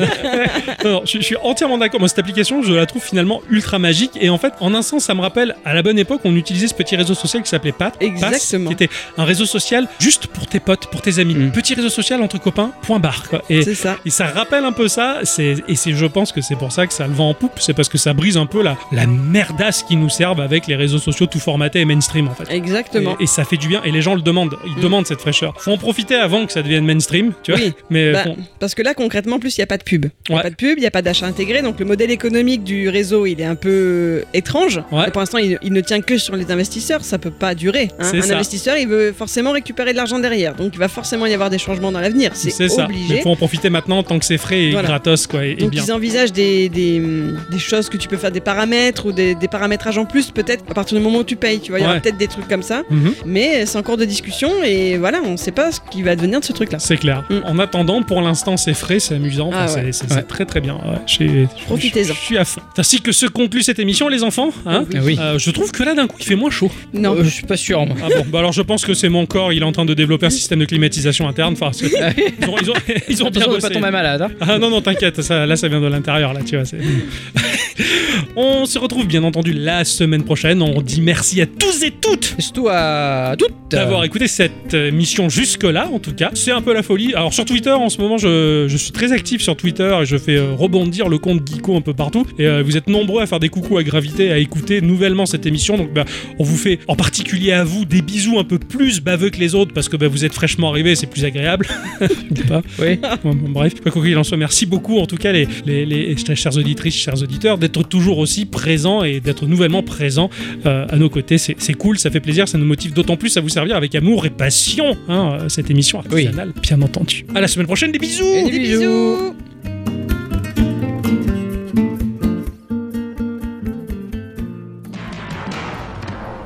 A: Non, non, je, je suis entièrement d'accord. Moi, cette application, je la trouve finalement ultra magique. Et en fait, en un sens, ça me rappelle à la bonne époque, on utilisait ce petit réseau social qui s'appelait Pat. Pass,
C: Exactement.
A: qui était un réseau social juste pour tes potes, pour tes amis.
B: Mm.
A: Petit réseau social entre copains, point barre. quoi. Et,
C: C'est ça.
A: et ça rappelle un peu ça. c'est- Et c'est, je pense que c'est pour ça que ça le vend en poupe. C'est parce que ça brise un peu la, la merdasse qui nous servent avec les réseaux sociaux tout formatés et mainstream, en fait.
C: Exactement.
A: Et, et ça fait du bien. Et les gens le demandent. Ils
C: Mm.
A: demandent cette fraîcheur. Faut en profiter avant que ça devienne mainstream, tu vois.
C: Oui.
A: Mais
C: Bah,
A: bon,
C: Parce que là, concrètement, en plus, il n'y a pas de pub. Il n'y
A: Ouais.
C: a pas de pub, il n'y a pas d'achat intégré. Donc, le modèle économique du réseau, il est un peu euh, étrange.
A: Ouais.
C: Et pour l'instant, il, il ne tient que sur les investisseurs. Ça peut pas durer. hein.
A: C'est
C: Un
A: ça.
C: investisseur, il veut forcément récupérer de l'argent derrière. Donc, il va forcément y avoir des changements dans l'avenir. C'est
A: c'est ça.
C: obligé.
A: Mais faut en profiter maintenant tant que c'est frais et
C: Voilà.
A: gratos, quoi. Et, et
C: Donc
A: bien.
C: ils envisagent des, des, hum, des choses que tu peux faire, des paramètres ou des, des paramétrages en plus peut-être à partir du moment où tu payes, tu vois, il y
A: Ouais.
C: aura peut-être des trucs comme ça,
A: Mhm.
C: mais euh, c'est en Mm. cours de discussion et voilà, on sait pas ce qui va devenir de ce truc-là.
A: C'est clair.
C: Mm.
A: En attendant, pour l'instant, c'est frais, c'est amusant,
C: Ah
A: enfin,
C: ouais.
A: c'est- c'est c'est
B: Ouais.
A: très très bien. Ouais, j'ai- je-
C: Profitez-en.
A: Je suis à fond. Ainsi que se conclut cette émission, les enfants. hein.
B: Ah oui.
A: Euh, je trouve que là, d'un coup, il fait moins chaud.
C: Non.
B: Euh, je suis pas sûr. Moi.
A: Ah bon, bah alors je pense que c'est mon corps, il est en train de développer un système de climatisation interne. Enfin, c'est-
C: Ah
A: ils ont, ils ont, ils ont
B: Attention
A: bien
B: de
A: bossé.
B: pas tomber malade. hein.
A: Ah non, non, t'inquiète, ça, là ça vient de l'intérieur, là, tu vois. c'est- on se retrouve bien entendu la semaine prochaine. On dit merci à tous et toutes
B: Et Surtout à toutes.
A: d'avoir écouté cette euh, mission jusque-là, en tout cas. C'est un peu la folie. Alors, sur Twitter, en ce moment, je, je suis très actif sur Twitter et je fais euh, rebondir le compte Geeko un peu partout. Et euh, vous êtes nombreux à faire des coucous à Gravité, à écouter nouvellement cette émission. Donc, bah, on vous fait en particulier à vous des bisous un peu plus baveux que les autres parce que bah, vous êtes fraîchement arrivés, c'est plus agréable. Ou pas.
B: Oui.
A: Bon, bon, bref, quoi qu'il en soit, merci beaucoup en tout cas les, les, les chères auditrices, chers auditeurs, d'être toujours aussi présents et d'être nouvellement présents euh, à nos côtés. C'est c'est cool, ça fait plaisir, ça nous motive d'autant plus à vous servir avec amour et passion hein, euh, cette émission artisanale, bien entendu. À la semaine prochaine, des bisous
B: Et des
C: Des
B: bisous.
C: bisous.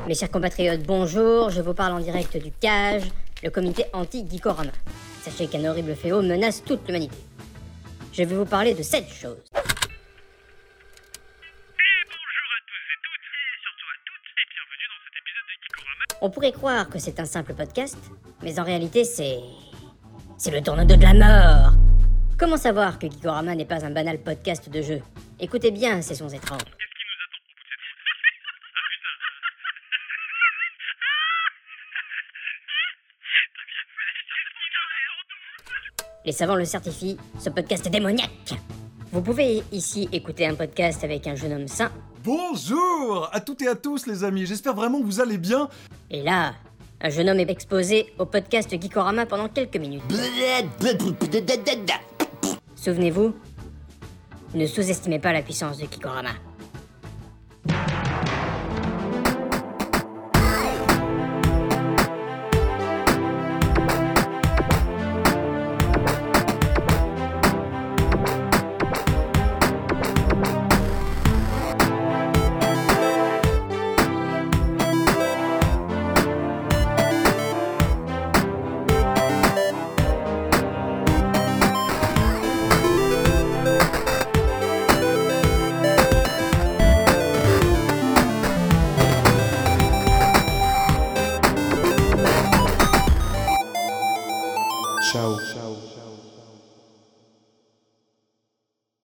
I: Mes chers compatriotes, bonjour, je vous parle en direct du CAGE, le comité anti-Gikorama. Sachez qu'un horrible fléau menace toute l'humanité. Je vais vous parler de cette chose. On pourrait croire que c'est un simple podcast, mais en réalité c'est... C'est le tornado de la mort Comment savoir que Gikorama n'est pas un banal podcast de jeu Écoutez bien ces sons étranges. Les savants le certifient, ce podcast est démoniaque. Vous pouvez ici écouter un podcast avec un jeune homme sain,
J: Bonjour à toutes et à tous les amis, j'espère vraiment que vous allez bien.
I: et là, un jeune homme est exposé au podcast Geekorama pendant quelques minutes. Souvenez-vous, ne sous-estimez pas la puissance de Geekorama.
J: Ciao.